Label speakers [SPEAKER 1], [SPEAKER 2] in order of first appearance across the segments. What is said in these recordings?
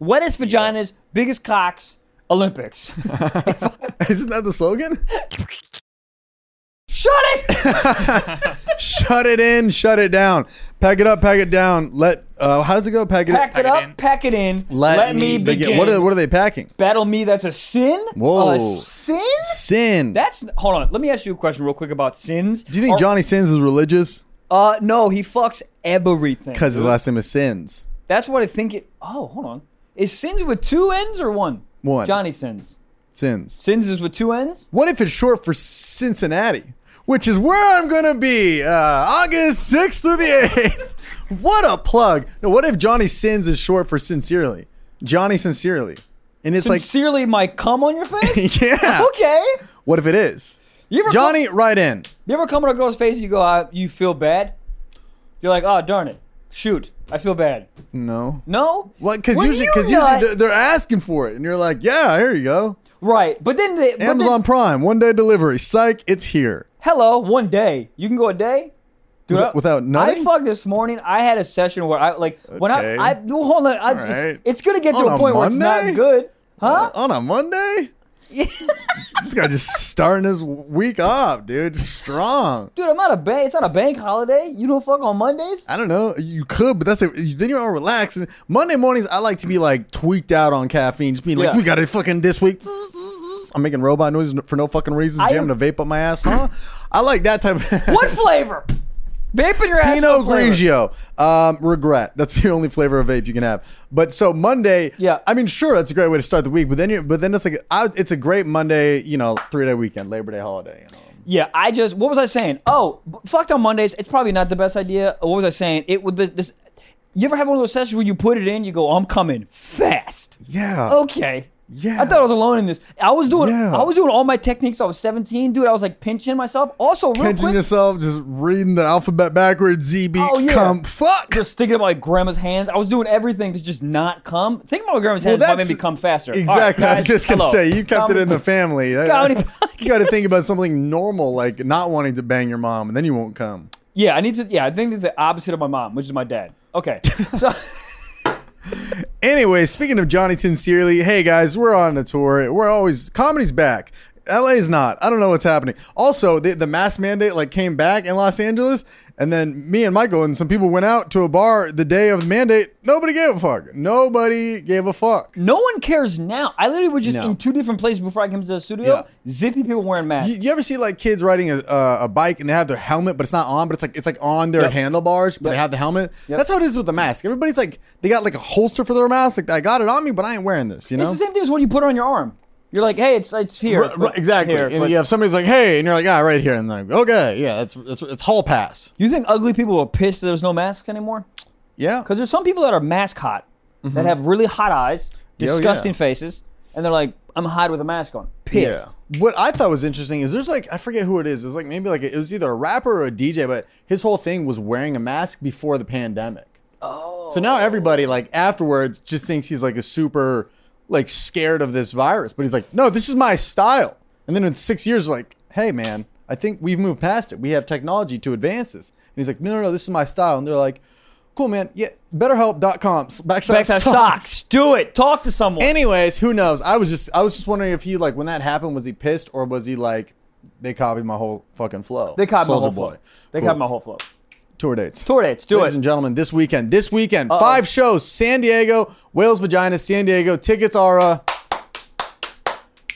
[SPEAKER 1] Wettest vaginas, biggest cocks, Olympics.
[SPEAKER 2] Isn't that the slogan?
[SPEAKER 1] Shut it!
[SPEAKER 2] shut it in, shut it down. Pack it up, pack it down. Let uh, how does it go? Pack it.
[SPEAKER 1] Pack it
[SPEAKER 3] it
[SPEAKER 1] up,
[SPEAKER 3] in.
[SPEAKER 1] pack it in.
[SPEAKER 2] let, me begin. What are what are they packing?
[SPEAKER 1] Battle me, that's a sin?
[SPEAKER 2] Whoa.
[SPEAKER 1] A sin?
[SPEAKER 2] Sin.
[SPEAKER 1] That's hold on. Let me ask you a question real quick about sins.
[SPEAKER 2] Do you think Johnny Sins is religious?
[SPEAKER 1] Uh, no, he fucks everything.
[SPEAKER 2] Because his last name is Sins.
[SPEAKER 1] That's what I think it. Oh, hold on. Is Sins with two N's or one?
[SPEAKER 2] One.
[SPEAKER 1] Johnny Sins.
[SPEAKER 2] Sins.
[SPEAKER 1] Sins is with two N's?
[SPEAKER 2] What if it's short for Cincinnati? Which is where I'm gonna be uh, August 6th through the 8th. what a plug. No, what if Johnny Sins is short for sincerely? Johnny Sincerely. And it's
[SPEAKER 1] Sincerely, my cum on your face?
[SPEAKER 2] like, yeah.
[SPEAKER 1] okay.
[SPEAKER 2] What if it is?
[SPEAKER 1] You ever
[SPEAKER 2] Johnny, right in.
[SPEAKER 1] You ever come on a girl's face and you go, uh, you feel bad? You're like, oh, darn it. Shoot, I feel bad.
[SPEAKER 2] No.
[SPEAKER 1] No?
[SPEAKER 2] What? Because
[SPEAKER 1] Were
[SPEAKER 2] usually,
[SPEAKER 1] you
[SPEAKER 2] because
[SPEAKER 1] not-
[SPEAKER 2] usually they're, they're asking for it, and you're like, "Yeah, here you go."
[SPEAKER 1] Right, but then the. but then-
[SPEAKER 2] Amazon Prime, one day delivery. Psych, it's here.
[SPEAKER 1] hello, one day. You can go a day? Dude,
[SPEAKER 2] With- without
[SPEAKER 1] I
[SPEAKER 2] nutting?
[SPEAKER 1] fucked this morning. I had a session where I, like, when
[SPEAKER 2] Okay.
[SPEAKER 1] I. I no, hold on. I,
[SPEAKER 2] right.
[SPEAKER 1] It's going to get to
[SPEAKER 2] On
[SPEAKER 1] a
[SPEAKER 2] a
[SPEAKER 1] point where it's
[SPEAKER 2] Monday? Uh,
[SPEAKER 1] not good. Huh?
[SPEAKER 2] On a Monday. this guy just starting his week off, dude. Strong.
[SPEAKER 1] Dude, I'm not a bank. It's not a bank holiday. You don't fuck on Mondays.
[SPEAKER 2] I don't know. You could, but that's a, then you're all relaxed. And Monday mornings, I like to be like tweaked out on caffeine, just being like,
[SPEAKER 1] Yeah.
[SPEAKER 2] "We got it fucking this week." I'm making robot noises for no fucking reason,
[SPEAKER 1] I am-
[SPEAKER 2] jamming a vape up my ass, huh? I like that type. of...
[SPEAKER 1] What flavor? Vape in your ass.
[SPEAKER 2] Pinot
[SPEAKER 1] what flavor?
[SPEAKER 2] Grigio. Um, regret. That's the only flavor of vape you can have. But so Monday.
[SPEAKER 1] Yeah.
[SPEAKER 2] I mean, sure, that's a great way to start the week. But then, you, but then it's like I, it's a great Monday. You know, three day weekend, Labor Day holiday. You know.
[SPEAKER 1] Yeah, I just what was I saying? Oh, b- fucked on Mondays. It's probably not the best idea. What was I saying? It would this. this you ever have one of those sessions where you put it in? You go, "Oh, I'm coming fast.
[SPEAKER 2] Yeah.
[SPEAKER 1] Okay.
[SPEAKER 2] Yeah.
[SPEAKER 1] I thought I was alone in this. I was doing.
[SPEAKER 2] Yeah.
[SPEAKER 1] I was doing all my techniques. I was 17, dude. I was like pinching myself. Also, real
[SPEAKER 2] Pinching
[SPEAKER 1] quick,
[SPEAKER 2] yourself, just reading the alphabet backwards. ZB.
[SPEAKER 1] Oh, yeah.
[SPEAKER 2] Come fuck.
[SPEAKER 1] just sticking up my grandma's hands. I was doing everything to just not come. Think about my grandma's hands might
[SPEAKER 2] that's-
[SPEAKER 1] make me come faster. All right,
[SPEAKER 2] Exactly. I
[SPEAKER 1] guys,
[SPEAKER 2] was just gonna
[SPEAKER 1] hello.
[SPEAKER 2] say you kept
[SPEAKER 1] Comedy-
[SPEAKER 2] it in the family.
[SPEAKER 1] Comedy
[SPEAKER 2] you got to think about something normal, like not wanting to bang your mom, and then you won't come.
[SPEAKER 1] Yeah, I need to. Yeah, I think it's the opposite of my mom, which is my dad. Okay, so
[SPEAKER 2] Anyway, speaking of Johnny Sincerely, hey guys, we're on a tour. We're always comedy's back. LA's not. I don't know what's happening. Also, the, the mask mandate like came back in Los Angeles, and then me and Michael and some people went out to a bar the day of the mandate. Nobody gave a fuck. Nobody gave a fuck.
[SPEAKER 1] no one cares now. I literally was just
[SPEAKER 2] No.
[SPEAKER 1] in two different places before I came to the studio. Zippy people wearing masks.
[SPEAKER 2] You, you ever see like kids riding a, uh, a bike and they have their helmet, but it's not on, but it's like it's like on their
[SPEAKER 1] Yep.
[SPEAKER 2] handlebars, but they
[SPEAKER 1] Yep.
[SPEAKER 2] have the helmet. That's how it is with the mask. Everybody's like they got like a holster for their mask. Like I got it on me, but I ain't wearing this. You know,
[SPEAKER 1] It's the same thing as when you put it on your arm. You're like, hey, it's it's here.
[SPEAKER 2] Right, right,
[SPEAKER 1] but-
[SPEAKER 2] exactly.
[SPEAKER 1] here,
[SPEAKER 2] and
[SPEAKER 1] but-
[SPEAKER 2] you have somebody's like, "Hey," and you're like, "Ah, right here," and like, "Okay, yeah, it's it's, it's hall pass."
[SPEAKER 1] You think ugly people are pissed that there's no masks anymore?
[SPEAKER 2] Yeah,
[SPEAKER 1] Because there's some people that are mask hot, that have really hot eyes,
[SPEAKER 2] Mm-hmm. Oh, yeah.
[SPEAKER 1] disgusting faces, and they're like, I'm hot with a mask on. Pissed.
[SPEAKER 2] What I thought was interesting is there's like I forget who it is. It was like maybe like it was either a rapper or a DJ, but his whole thing was wearing a mask before the pandemic. Oh. So now everybody like afterwards just thinks he's like a super like scared of this virus, but he's like, "No, this is my style." And then in 6 years like, "Hey man, I think we've moved past it. We have technology to advance this." And he's like, "No, no, no, this is my style." And they're like, "Cool man. Yeah, betterhelp.com backslash
[SPEAKER 1] Back to socks. Do it. Talk to someone.
[SPEAKER 2] Anyways, who knows? I was just I was just wondering if he like when that happened was he pissed or was he like they copied my whole fucking flow.
[SPEAKER 1] they caught my
[SPEAKER 2] Soulja
[SPEAKER 1] whole
[SPEAKER 2] Boy.
[SPEAKER 1] flow. They
[SPEAKER 2] Cool.
[SPEAKER 1] caught my whole flow.
[SPEAKER 2] tour dates.
[SPEAKER 1] Tour dates. Do
[SPEAKER 2] Ladies
[SPEAKER 1] it.
[SPEAKER 2] and gentlemen, this weekend, this weekend, five shows: San Diego, Wales Vagina, San Diego. Tickets are. Uh,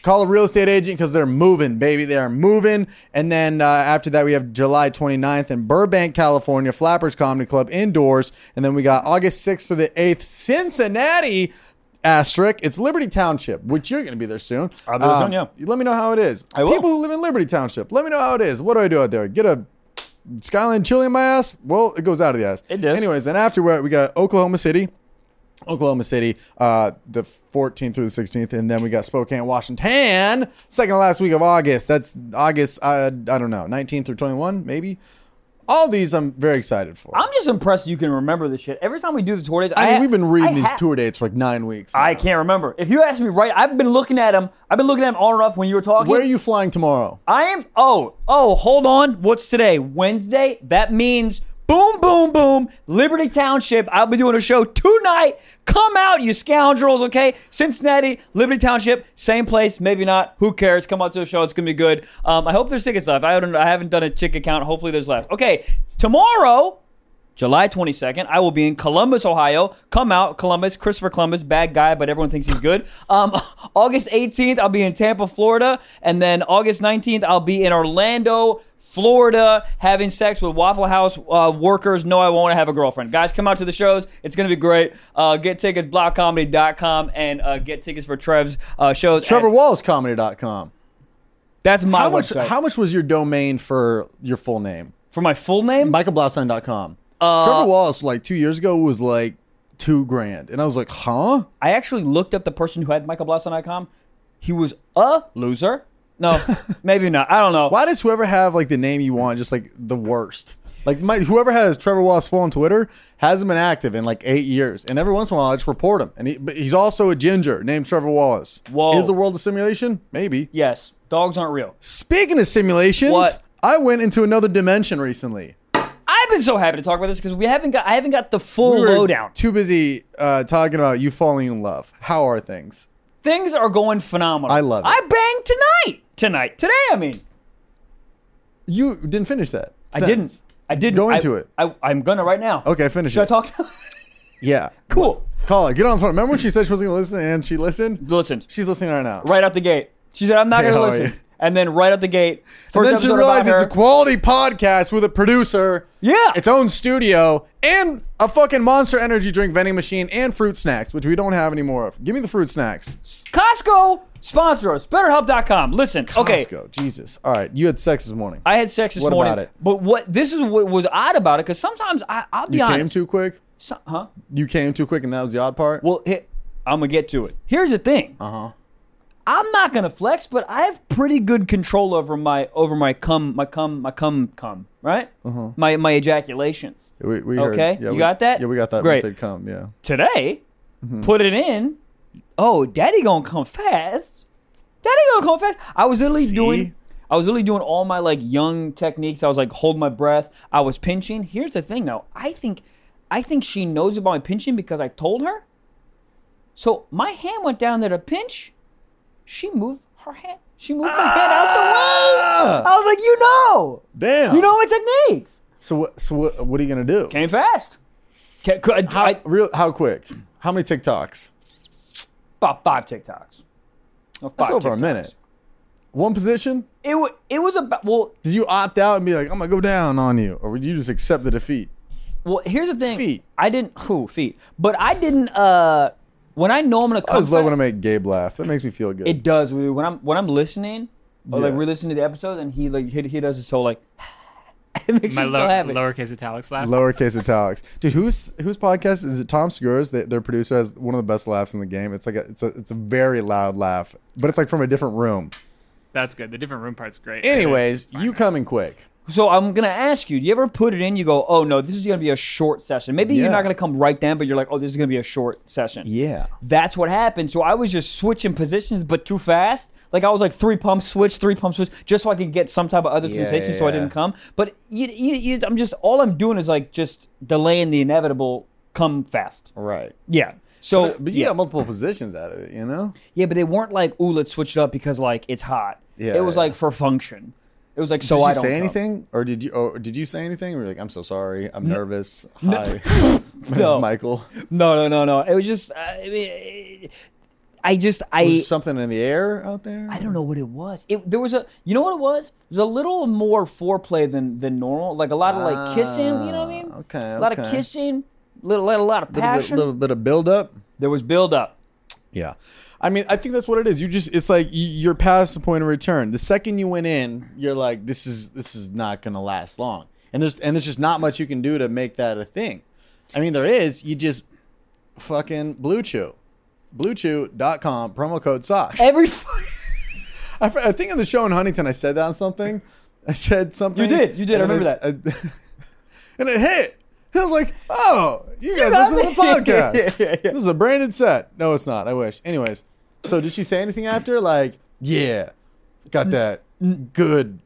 [SPEAKER 2] Call a real estate agent because they're moving, baby. They are moving. And then uh, after that, we have July 29th in Burbank, California, Flappers Comedy Club indoors. And then we got August 6th through the 8th, Cincinnati. Asterisk, it's Liberty Township, which you're going to be there soon. Um,
[SPEAKER 1] I'll be there soon, yeah.
[SPEAKER 2] Let me know how it is.
[SPEAKER 1] I will.
[SPEAKER 2] People who live in Liberty Township, let me know how it is. What do I do out there? Get a Skyline chili in my ass? Well, it goes out of the ass.
[SPEAKER 1] It does.
[SPEAKER 2] Anyways, and afterward, we got Oklahoma City, Oklahoma City, uh, the 14th through the 16th, and then we got Spokane, Washington, second to last week of August. That's August, uh, I don't know, 19th through 21, maybe. All these I'm very excited for.
[SPEAKER 1] I'm just impressed you can remember this shit. Every time we do the tour dates,
[SPEAKER 2] I mean,
[SPEAKER 1] ha-
[SPEAKER 2] we've been reading
[SPEAKER 1] I
[SPEAKER 2] these
[SPEAKER 1] ha-
[SPEAKER 2] tour dates for like nine weeks.
[SPEAKER 1] I
[SPEAKER 2] now.
[SPEAKER 1] can't remember. If you ask me right, I've been looking at them. I've been looking at them on and off when you were talking.
[SPEAKER 2] Where are you flying tomorrow?
[SPEAKER 1] I am. Oh, oh, hold on. What's today? Wednesday. That means Boom, boom, boom. Liberty Township. I'll be doing a show tonight. Come out, you scoundrels, okay? Cincinnati, Liberty Township, same place, maybe not. Who cares? Come out to the show. It's going to be good. Um, I hope there's tickets left. I haven't, I haven't done a ticket count. Hopefully there's left. Okay, tomorrow, July 22nd, I will be in Columbus, Ohio. Come out, Columbus. Christopher Columbus, bad guy, but everyone thinks he's good. Um, August 18th, I'll be in Tampa, Florida. And then August 19th, I'll be in Orlando, Florida, having sex with Waffle House uh, workers. No, I won't have a girlfriend. Guys, come out to the shows. It's going to be great. Uh, get tickets, blockcomedy.com, and uh, get tickets for Trev's uh, shows.
[SPEAKER 2] Trevor
[SPEAKER 1] And
[SPEAKER 2] Walls Comedy.com.
[SPEAKER 1] that's my
[SPEAKER 2] How much
[SPEAKER 1] website.
[SPEAKER 2] how much was your domain for your full name?
[SPEAKER 1] for my full name?
[SPEAKER 2] MichaelBlaustein.com.
[SPEAKER 1] Uh,
[SPEAKER 2] Trevor Wallace, like two years ago, was like two grand. And I was like, huh?
[SPEAKER 1] I actually looked up the person who had michaelblossom.com. He was a loser. No, maybe not. I don't know.
[SPEAKER 2] Why does whoever have like the name you want just like the worst? Like my, whoever has Trevor Wallace full on Twitter hasn't been active in like eight years, and every once in a while I just report him. And he, but he's also a ginger named Trevor Wallace.
[SPEAKER 1] Whoa.
[SPEAKER 2] Is the world a simulation? Maybe.
[SPEAKER 1] Yes, dogs aren't real.
[SPEAKER 2] Speaking of simulations,
[SPEAKER 1] What?
[SPEAKER 2] I went into another dimension recently.
[SPEAKER 1] I've been so happy to talk about this because we haven't got I haven't got the full
[SPEAKER 2] We were
[SPEAKER 1] lowdown.
[SPEAKER 2] Too busy uh, talking about you falling in love. How are things?
[SPEAKER 1] Things are going phenomenal.
[SPEAKER 2] I love it.
[SPEAKER 1] I banged tonight. Tonight. Today, I mean.
[SPEAKER 2] You didn't finish that.
[SPEAKER 1] I didn't.
[SPEAKER 2] sentence.
[SPEAKER 1] I didn't.
[SPEAKER 2] Go
[SPEAKER 1] I-
[SPEAKER 2] into it.
[SPEAKER 1] I, am gonna right now.
[SPEAKER 2] Okay, finish
[SPEAKER 1] Should I
[SPEAKER 2] it.
[SPEAKER 1] talk?
[SPEAKER 2] Yeah.
[SPEAKER 1] cool.
[SPEAKER 2] Call it. Get on the phone. Remember when she said she wasn't going to listen and she listened?
[SPEAKER 1] Listen,
[SPEAKER 2] She's listening right now.
[SPEAKER 1] right out the gate. She said, "I'm not
[SPEAKER 2] Hey,
[SPEAKER 1] gonna
[SPEAKER 2] how are
[SPEAKER 1] listen."
[SPEAKER 2] you?
[SPEAKER 1] And then right out the gate, first
[SPEAKER 2] then she
[SPEAKER 1] episode about
[SPEAKER 2] realized it's
[SPEAKER 1] her.
[SPEAKER 2] a quality podcast with a producer,
[SPEAKER 1] yeah.
[SPEAKER 2] its own studio, and a fucking monster energy drink vending machine and fruit snacks, which we don't have any more of. Give me the fruit snacks.
[SPEAKER 1] Costco sponsor us. BetterHelp.com. Listen. Okay.
[SPEAKER 2] Costco. Jesus. All right. You had sex this morning.
[SPEAKER 1] I had sex this
[SPEAKER 2] What about
[SPEAKER 1] morning.
[SPEAKER 2] it?
[SPEAKER 1] But what this is what was odd about it because sometimes I, I'll be
[SPEAKER 2] you
[SPEAKER 1] honest.
[SPEAKER 2] came too quick.
[SPEAKER 1] so- huh?
[SPEAKER 2] You came too quick, and that was the odd part. Uh-huh.
[SPEAKER 1] Well, he- I'm gonna get to it. Here's the thing. Uh huh. I'm not gonna flex, but I have pretty good control over my over my cum my cum my cum cum right. Uh-huh. My my ejaculations.
[SPEAKER 2] we, we heard-
[SPEAKER 1] okay,
[SPEAKER 2] yeah,
[SPEAKER 1] you
[SPEAKER 2] we-
[SPEAKER 1] got that?
[SPEAKER 2] Yeah, we got that.
[SPEAKER 1] Great.
[SPEAKER 2] We said come. Yeah.
[SPEAKER 1] today,
[SPEAKER 2] Mm-hmm.
[SPEAKER 1] put it in. Oh, daddy gonna come fast. Daddy gonna come fast. I was literally
[SPEAKER 2] See?
[SPEAKER 1] doing I was literally doing all my like young techniques. I was like hold my breath. I was pinching. Here's the thing though. I think I think she knows about my pinching because I told her. So my hand went down there to pinch. She moved her hand. She moved my hand out the way.
[SPEAKER 2] Ah!
[SPEAKER 1] I was like, you know.
[SPEAKER 2] Damn.
[SPEAKER 1] You know my techniques.
[SPEAKER 2] So what? So what, what are you gonna do?
[SPEAKER 1] Came fast. Ca- could-
[SPEAKER 2] how
[SPEAKER 1] I-
[SPEAKER 2] real? How quick? How many TikToks?
[SPEAKER 1] about five TikToks. About five
[SPEAKER 2] That's over a
[SPEAKER 1] TikToks.
[SPEAKER 2] minute. One position?
[SPEAKER 1] It wa it was about well
[SPEAKER 2] Did you opt out and be like, I'm gonna go down on you, or would you just accept the defeat?
[SPEAKER 1] well here's the thing
[SPEAKER 2] Feet.
[SPEAKER 1] I didn't who feet but I didn't uh when I know I'm gonna come
[SPEAKER 2] I just love
[SPEAKER 1] back-
[SPEAKER 2] when I make Gabe laugh. That makes me feel good.
[SPEAKER 1] it does dude. when I'm when I'm listening or like
[SPEAKER 2] Oh, Yeah.
[SPEAKER 1] re-listening to the episode and he like he, he does it so like it makes
[SPEAKER 3] My
[SPEAKER 1] me
[SPEAKER 3] low,
[SPEAKER 1] so happy
[SPEAKER 3] lowercase italics laugh.
[SPEAKER 2] Lowercase italics, dude. Whose whose podcast is it? Tom Segura's. They, their producer has one of the best laughs in the game. It's like a, it's a it's a very loud laugh, but it's like from a different room.
[SPEAKER 3] That's good. The different room part's great.
[SPEAKER 2] Anyways, you coming quick?
[SPEAKER 1] so I'm gonna ask you do you ever put it in you go oh no this is gonna be a short session maybe you're
[SPEAKER 2] Yeah.
[SPEAKER 1] not gonna come right then but you're like oh this is gonna be a short session
[SPEAKER 2] Yeah.
[SPEAKER 1] that's what happened. So I was just switching positions, but too fast. Like I was like three pump switch, three pump switch, just so I could get some type of other
[SPEAKER 2] Yeah,
[SPEAKER 1] sensation,
[SPEAKER 2] yeah,
[SPEAKER 1] so I
[SPEAKER 2] yeah.
[SPEAKER 1] didn't come. But you, you, you, I'm just all I'm doing is like just delaying the inevitable. Come fast.
[SPEAKER 2] Right.
[SPEAKER 1] Yeah. So
[SPEAKER 2] But you
[SPEAKER 1] yeah,
[SPEAKER 2] got multiple positions out of it, you know.
[SPEAKER 1] yeah, but they weren't like, ooh, let's switch it up because like it's hot.
[SPEAKER 2] Yeah,
[SPEAKER 1] It was
[SPEAKER 2] yeah.
[SPEAKER 1] like for function. It was like so
[SPEAKER 2] did you
[SPEAKER 1] I don't
[SPEAKER 2] say
[SPEAKER 1] come.
[SPEAKER 2] anything, or did you or did you say anything? Were you like, I'm so sorry, I'm nervous. Hi, my
[SPEAKER 1] No.
[SPEAKER 2] name's Michael.
[SPEAKER 1] No, no, no, no. It was just uh, I mean, I just I
[SPEAKER 2] Was something in the air out there?
[SPEAKER 1] I don't know what it was. It there was a you know what it was? There's a little more foreplay than than normal. Like a lot of like kissing, you know what I mean?
[SPEAKER 2] Ah, okay,
[SPEAKER 1] A lot of
[SPEAKER 2] okay.
[SPEAKER 1] kissing, little little lot of
[SPEAKER 2] Little bit,
[SPEAKER 1] passion.
[SPEAKER 2] little bit of build up.
[SPEAKER 1] There was build up.
[SPEAKER 2] Yeah, I mean, I think that's what it is. You just, it's like y- you're past the point of return. The second you went in, you're like, this is this is not gonna last long, and there's and there's just not much you can do to make that a thing. I mean, there is. You just fucking blue chew, bluechew.com promo code socks.
[SPEAKER 1] Every fuck-
[SPEAKER 2] I, f- I think in the show in Huntington, I said that on something. I said something.
[SPEAKER 1] You did. You did. I
[SPEAKER 2] and
[SPEAKER 1] remember
[SPEAKER 2] then I- I- and it hit. And I was like, oh, you guys
[SPEAKER 1] got
[SPEAKER 2] listen to the
[SPEAKER 1] me.
[SPEAKER 2] podcast.
[SPEAKER 1] Yeah, yeah, yeah.
[SPEAKER 2] This is a branded set. No, it's not. I wish. Anyways, so did she say anything after? Like, yeah, got that. Good.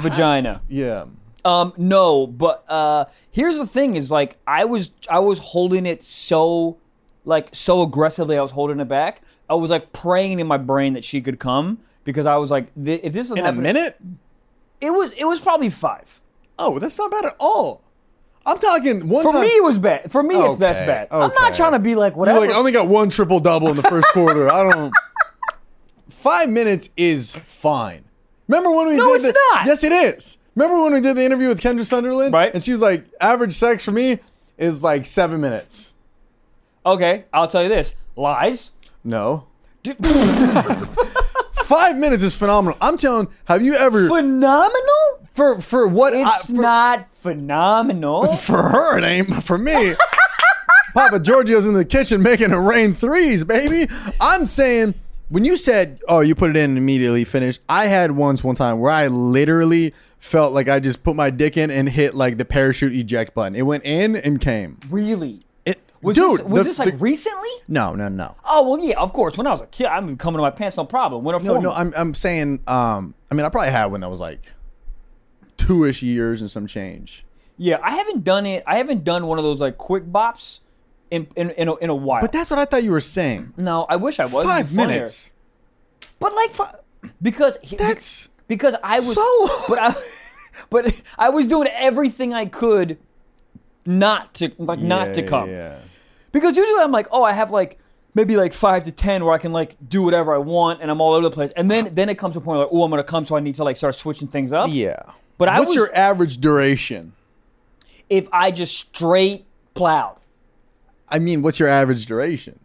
[SPEAKER 1] vagina.
[SPEAKER 2] Yeah.
[SPEAKER 1] Um, no, but uh, here's the thing: is like I was I was holding it so like so aggressively. I was holding it back. I was like praying in my brain that she could come because I was like, th- if this is
[SPEAKER 2] in a minute.
[SPEAKER 1] it was it was probably five.
[SPEAKER 2] Oh, that's not bad at all. I'm talking one
[SPEAKER 1] For
[SPEAKER 2] time.
[SPEAKER 1] me, it was bad. For me, it's that's
[SPEAKER 2] Okay,
[SPEAKER 1] bad. I'm not
[SPEAKER 2] okay.
[SPEAKER 1] trying to be like
[SPEAKER 2] You're
[SPEAKER 1] whatever.
[SPEAKER 2] like, I only got one triple double in the first quarter. I don't. Five minutes is fine. Remember when we
[SPEAKER 1] No, it's
[SPEAKER 2] did the,
[SPEAKER 1] not.
[SPEAKER 2] Yes, it is. Remember when we did the interview with Kendra Sunderland?
[SPEAKER 1] Right.
[SPEAKER 2] And she was like, average sex for me is like seven minutes.
[SPEAKER 1] okay, I'll tell you this: lies.
[SPEAKER 2] No.
[SPEAKER 1] Dude,
[SPEAKER 2] Five minutes is phenomenal. I'm telling, have you ever
[SPEAKER 1] phenomenal?
[SPEAKER 2] for for what I,
[SPEAKER 1] It's
[SPEAKER 2] for,
[SPEAKER 1] not phenomenal.
[SPEAKER 2] for her it ain't, but for me. Papa Giorgio's in the kitchen making it rain threes, baby. I'm saying when you said, "Oh, you put it in and immediately finished," I had once one time where I literally felt like I just put my dick in and hit like the parachute eject button. It went in and came.
[SPEAKER 1] really?
[SPEAKER 2] It
[SPEAKER 1] Was
[SPEAKER 2] dude,
[SPEAKER 1] this, was
[SPEAKER 2] the-
[SPEAKER 1] this like
[SPEAKER 2] the-
[SPEAKER 1] recently?
[SPEAKER 2] no, no, no,
[SPEAKER 1] Oh well, yeah, of course. When I was a kid, I'm coming to my pants, no problem. Winter
[SPEAKER 2] no,
[SPEAKER 1] formal.
[SPEAKER 2] no. I'm I'm saying, um, I mean, I probably had when that was like two ish years and some change.
[SPEAKER 1] yeah, I haven't done it. I haven't done one of those like quick bops in in in a, in a while.
[SPEAKER 2] But that's what I thought you were saying.
[SPEAKER 1] no, I wish I was It'd be
[SPEAKER 2] Five
[SPEAKER 1] funnier.
[SPEAKER 2] minutes.
[SPEAKER 1] But like, fi- because he-
[SPEAKER 2] That's
[SPEAKER 1] because I was
[SPEAKER 2] so long.
[SPEAKER 1] but I but I was doing everything I could not to like not to
[SPEAKER 2] Yeah,
[SPEAKER 1] come.
[SPEAKER 2] Yeah.
[SPEAKER 1] Because usually I'm like, oh, I have like maybe like five to ten where I can like do whatever I want and I'm all over the place. And then then it comes to a point like, oh, I'm gonna come, so I need to like start switching things up.
[SPEAKER 2] Yeah.
[SPEAKER 1] But I
[SPEAKER 2] What's
[SPEAKER 1] was-
[SPEAKER 2] your average duration?
[SPEAKER 1] If I just straight plowed.
[SPEAKER 2] I mean, what's your average duration?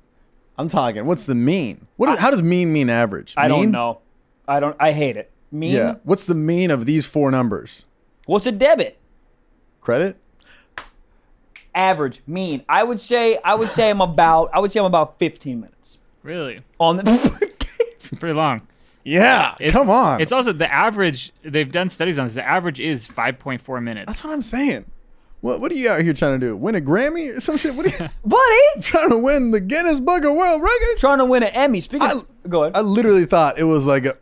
[SPEAKER 2] I'm talking. What's the mean? What is, how does mean mean average?
[SPEAKER 1] I don't
[SPEAKER 2] Mean?
[SPEAKER 1] know. I don't. I hate it. Mean.
[SPEAKER 2] Yeah. What's the mean of these four numbers?
[SPEAKER 1] What's a debit?
[SPEAKER 2] Credit.
[SPEAKER 1] Average. Mean. I would say. I would say I'm about. I would say I'm about 15 minutes
[SPEAKER 3] Really,
[SPEAKER 1] on the.
[SPEAKER 3] it's pretty long.
[SPEAKER 2] Yeah.
[SPEAKER 3] It's-
[SPEAKER 2] come on.
[SPEAKER 3] It's also the average. They've done studies on this. The average is 5.4 minutes.
[SPEAKER 2] That's what I'm saying. What What are you out here trying to do? Win a Grammy or some shit? What are you
[SPEAKER 1] Buddy,
[SPEAKER 2] trying to win the Guinness Book of World Records?
[SPEAKER 1] trying to win an Emmy. Speaking. of-
[SPEAKER 2] I-
[SPEAKER 1] go ahead.
[SPEAKER 2] I
[SPEAKER 1] I,
[SPEAKER 2] literally thought it was like a.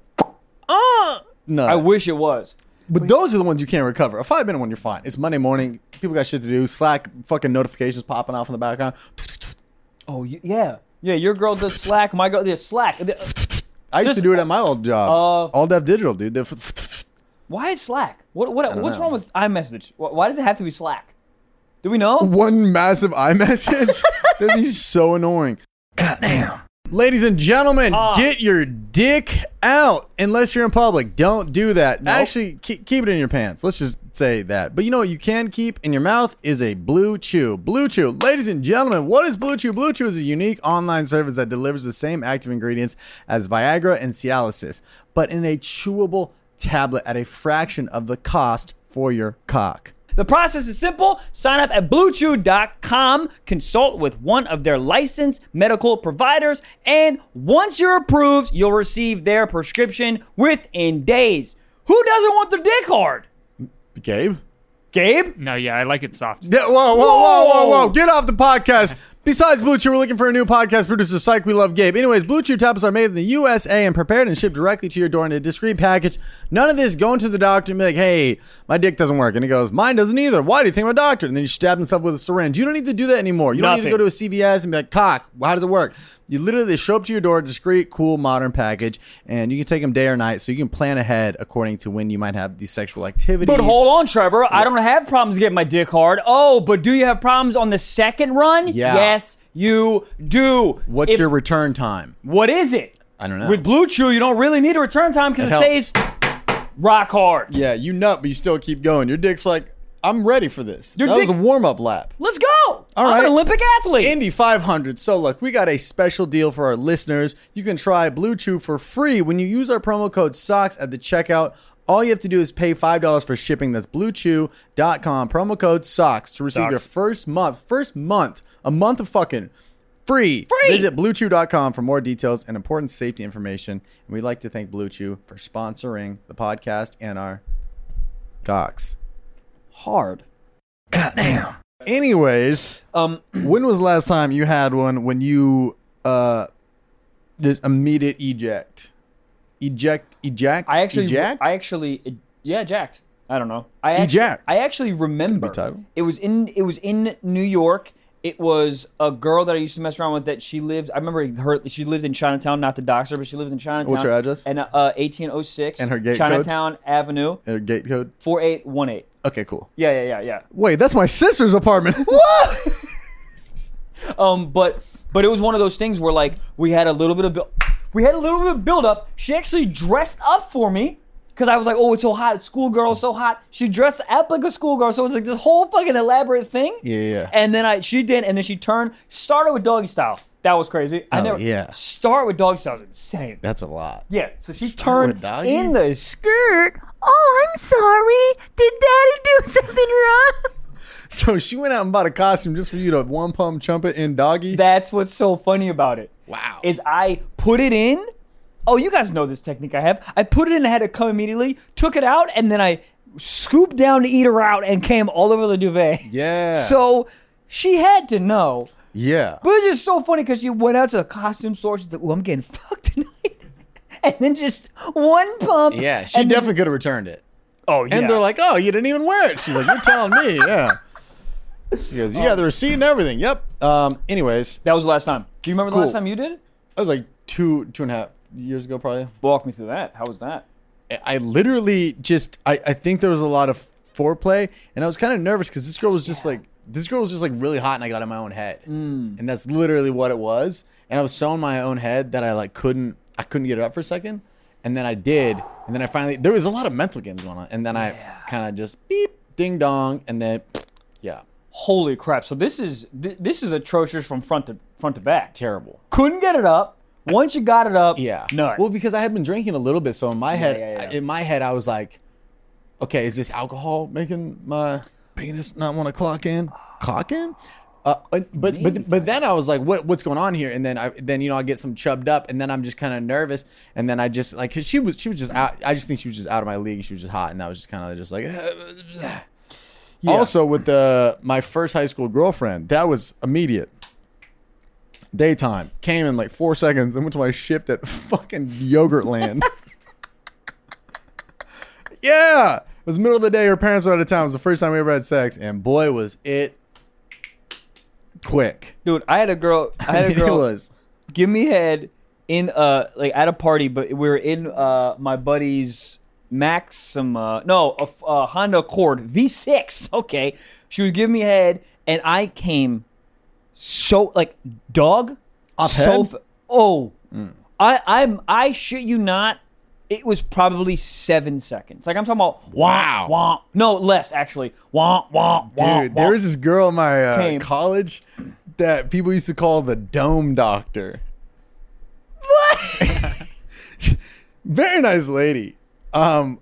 [SPEAKER 2] Uh, no.
[SPEAKER 1] wish it was.
[SPEAKER 2] But those are the ones you can't recover. A five minute one, you're fine. It's Monday morning. People got shit to do. Slack fucking notifications popping off in the background.
[SPEAKER 1] Oh y- yeah. Yeah. Your girl does slack. My girl does slack.
[SPEAKER 2] I used
[SPEAKER 1] Just-
[SPEAKER 2] to do it at my old job.
[SPEAKER 1] Uh,
[SPEAKER 2] all Dev Digital, dude. The f- f- f-
[SPEAKER 1] Why is Slack? What what what's
[SPEAKER 2] know.
[SPEAKER 1] wrong with iMessage? Wh- Why does it have to be Slack? Do we know?
[SPEAKER 2] One massive iMessage. That'd be so annoying. Goddamn. Ladies and gentlemen,
[SPEAKER 1] Ah.
[SPEAKER 2] get your dick out unless you're in public. Don't do that. Actually, keep, keep it in your pants. Let's just say that. But you know what you can keep in your mouth is a Blue Chew. Blue Chew. Ladies and gentlemen, what is Blue Chew? Blue Chew is a unique online service that delivers the same active ingredients as Viagra and Cialis, but in a chewable tablet at a fraction of the cost for your cock.
[SPEAKER 1] The process is simple. Sign up at bluechew.com, consult with one of their licensed medical providers, and once you're approved, you'll receive their prescription within days. Who doesn't want their dick hard?
[SPEAKER 2] Gabe?
[SPEAKER 1] Gabe?
[SPEAKER 3] No, yeah, I like it soft.
[SPEAKER 2] Yeah, whoa, whoa, whoa, whoa,
[SPEAKER 1] Whoa.
[SPEAKER 2] whoa. Get off the podcast. Besides Blue Chew, we're looking for a new podcast producer, Psych. We love Gabe. Anyways, Blue Chew tablets are made in the USA and prepared and shipped directly to your door in a discreet package. None of this going to the doctor and be like, hey, my dick doesn't work. And he goes, mine doesn't either. Why do you think I'm a doctor? And then you stab himself with a syringe. You don't need to do that anymore. You don't need to
[SPEAKER 1] Nothing.
[SPEAKER 2] go to a CVS and be like, cock, how does it work? You literally they show up to your door, discreet, cool, modern package, and you can take them day or night so you can plan ahead according to when you might have these sexual activities.
[SPEAKER 1] But hold on, Trevor. I don't have problems getting my dick hard. Oh, but do you have problems on the second run?
[SPEAKER 2] Yeah.
[SPEAKER 1] Yes, you do.
[SPEAKER 2] What's
[SPEAKER 1] If-
[SPEAKER 2] your return time?
[SPEAKER 1] What is it?
[SPEAKER 2] I don't know.
[SPEAKER 1] With Blue Chew, you don't really need a return time because
[SPEAKER 2] It
[SPEAKER 1] it, stays rock hard.
[SPEAKER 2] Yeah, you nut, but you still keep going. Your dick's like, I'm ready for this.
[SPEAKER 1] Your
[SPEAKER 2] that was
[SPEAKER 1] dick-
[SPEAKER 2] a warm up lap.
[SPEAKER 1] Let's go. I'm
[SPEAKER 2] right.
[SPEAKER 1] an Olympic athlete.
[SPEAKER 2] Indy 500. So, look, we got a special deal for our listeners. You can try Blue Chew for free when you use our promo code SOCKS at the checkout. All you have to do is pay $5 for shipping. That's bluechew.com. Promo code SOCKS to receive
[SPEAKER 3] Socks.
[SPEAKER 2] your first month. First month. A month of fucking free. Free. Visit bluechew.com for more details and important safety information. And we'd like to thank Blue Chew for sponsoring the podcast and our cocks.
[SPEAKER 1] hard.
[SPEAKER 2] Anyways,
[SPEAKER 1] Um,
[SPEAKER 2] when was the last time you had one when you uh just immediate eject? Eject eject
[SPEAKER 1] I actually,
[SPEAKER 2] eject?
[SPEAKER 1] I actually, yeah, jacked. I don't know. I actually,
[SPEAKER 2] Jack.
[SPEAKER 1] I actually remember.
[SPEAKER 2] title.
[SPEAKER 1] It was in it was in New York. It was a girl that I used to mess around with that she lived. I remember her. She lived in Chinatown, not the doctor, but she lived in Chinatown.
[SPEAKER 2] her address?
[SPEAKER 1] And uh, eighteen oh six.
[SPEAKER 2] And her gate code?
[SPEAKER 1] Chinatown Avenue,
[SPEAKER 2] Uh, gate code.
[SPEAKER 1] four eight one eight.
[SPEAKER 2] Okay, cool.
[SPEAKER 1] Yeah, yeah, yeah, yeah.
[SPEAKER 2] Wait, that's my sister's apartment. What?
[SPEAKER 1] Um, but but it was one of those things where like we had a little bit of build, we had a little bit of build up. She actually dressed up for me because I was like, oh, it's so hot, it's schoolgirl, it's so hot. She dressed up like a schoolgirl, so it was like this whole fucking elaborate thing.
[SPEAKER 2] Yeah, yeah.
[SPEAKER 1] And then I she did, and then she turned, started with doggy style. That was crazy. I
[SPEAKER 2] Oh,
[SPEAKER 1] never
[SPEAKER 2] yeah.
[SPEAKER 1] start with doggy style is insane.
[SPEAKER 2] that's a lot.
[SPEAKER 1] yeah, so she
[SPEAKER 2] Start
[SPEAKER 1] turned
[SPEAKER 2] with doggy?
[SPEAKER 1] in the skirt. Oh, I'm sorry. Did Daddy do something wrong?
[SPEAKER 2] So she went out and bought a costume just for you to one pump trumpet in doggy.
[SPEAKER 1] That's what's so funny about it.
[SPEAKER 2] wow.
[SPEAKER 1] is I put it in. Oh, you guys know this technique I have. I put it in, I had it come immediately, took it out, and then I scooped down to eat her out and came all over the duvet.
[SPEAKER 2] yeah.
[SPEAKER 1] So she had to know.
[SPEAKER 2] yeah.
[SPEAKER 1] But it's just so funny because she went out to the costume store. She's like, "Oh, I'm getting fucked tonight," and then just one pump.
[SPEAKER 2] Yeah, she
[SPEAKER 1] and then-
[SPEAKER 2] definitely could have returned it.
[SPEAKER 1] oh, yeah.
[SPEAKER 2] And they're like, "Oh, you didn't even wear it." She's like, "You're telling me, yeah." She goes, "You got
[SPEAKER 1] Oh.
[SPEAKER 2] the receipt and everything." Yep. Um. Anyways,
[SPEAKER 1] "That was the last time." Do you remember the last
[SPEAKER 2] Cool.
[SPEAKER 1] time you did it?
[SPEAKER 2] that was like two, two and a half years ago, probably.
[SPEAKER 1] Walk me through that. How was that?
[SPEAKER 2] I- I literally just, I, I think there was a lot of foreplay, and I was kind of nervous because this girl was just like, this girl was just like really hot, and I got in my own head, mm. and that's literally what it was. And I was so in my own head that I like couldn't, I couldn't get it up for a second, and then I did, and then I finally, there was a lot of mental games going on, and then I kind of just beep, ding dong, and then, yeah,
[SPEAKER 1] Holy crap! So this is th- this is atrocious from front to front to back.
[SPEAKER 2] terrible.
[SPEAKER 1] couldn't get it up. Once you got it up,
[SPEAKER 2] Yeah.
[SPEAKER 1] no.
[SPEAKER 2] Well, because I had been drinking a little bit, so in my head,
[SPEAKER 1] yeah, yeah.
[SPEAKER 2] in my head, I was like, okay, is this alcohol making my penis not want to clock in? Clock in? Uh, but but but then I was like, what what's going on here? And then I then you know I get some chubbed up, and then I'm just kind of nervous, and then I just like, cause she was she was just out. I just think she was just out of my league. She was just hot, and I was just kind of just like. Also with the my first high school girlfriend, that was immediate daytime came in like four seconds then went to my shift at fucking yogurtland yeah it was middle of the day her parents were out of town it was the first time we ever had sex and boy was it quick
[SPEAKER 1] dude, I had a girl. I had a
[SPEAKER 2] it
[SPEAKER 1] girl
[SPEAKER 2] was
[SPEAKER 1] give me head in uh like at a party, but we were in uh my buddy's Maxima, no, a, f- a Honda Accord V6. Okay, she was giving me head, and I came so like dog
[SPEAKER 2] Off
[SPEAKER 1] so
[SPEAKER 2] head? Mm.
[SPEAKER 1] f- oh, I I'm I shit you not. It was probably seven seconds. Like I'm talking about. Wah,
[SPEAKER 2] Wow.
[SPEAKER 1] wah. No, less actually. Wah, wah, wah,
[SPEAKER 2] dude
[SPEAKER 1] wah.
[SPEAKER 2] there was this girl in my uh,
[SPEAKER 1] Came.
[SPEAKER 2] college that people used to call the dome doctor what very nice lady um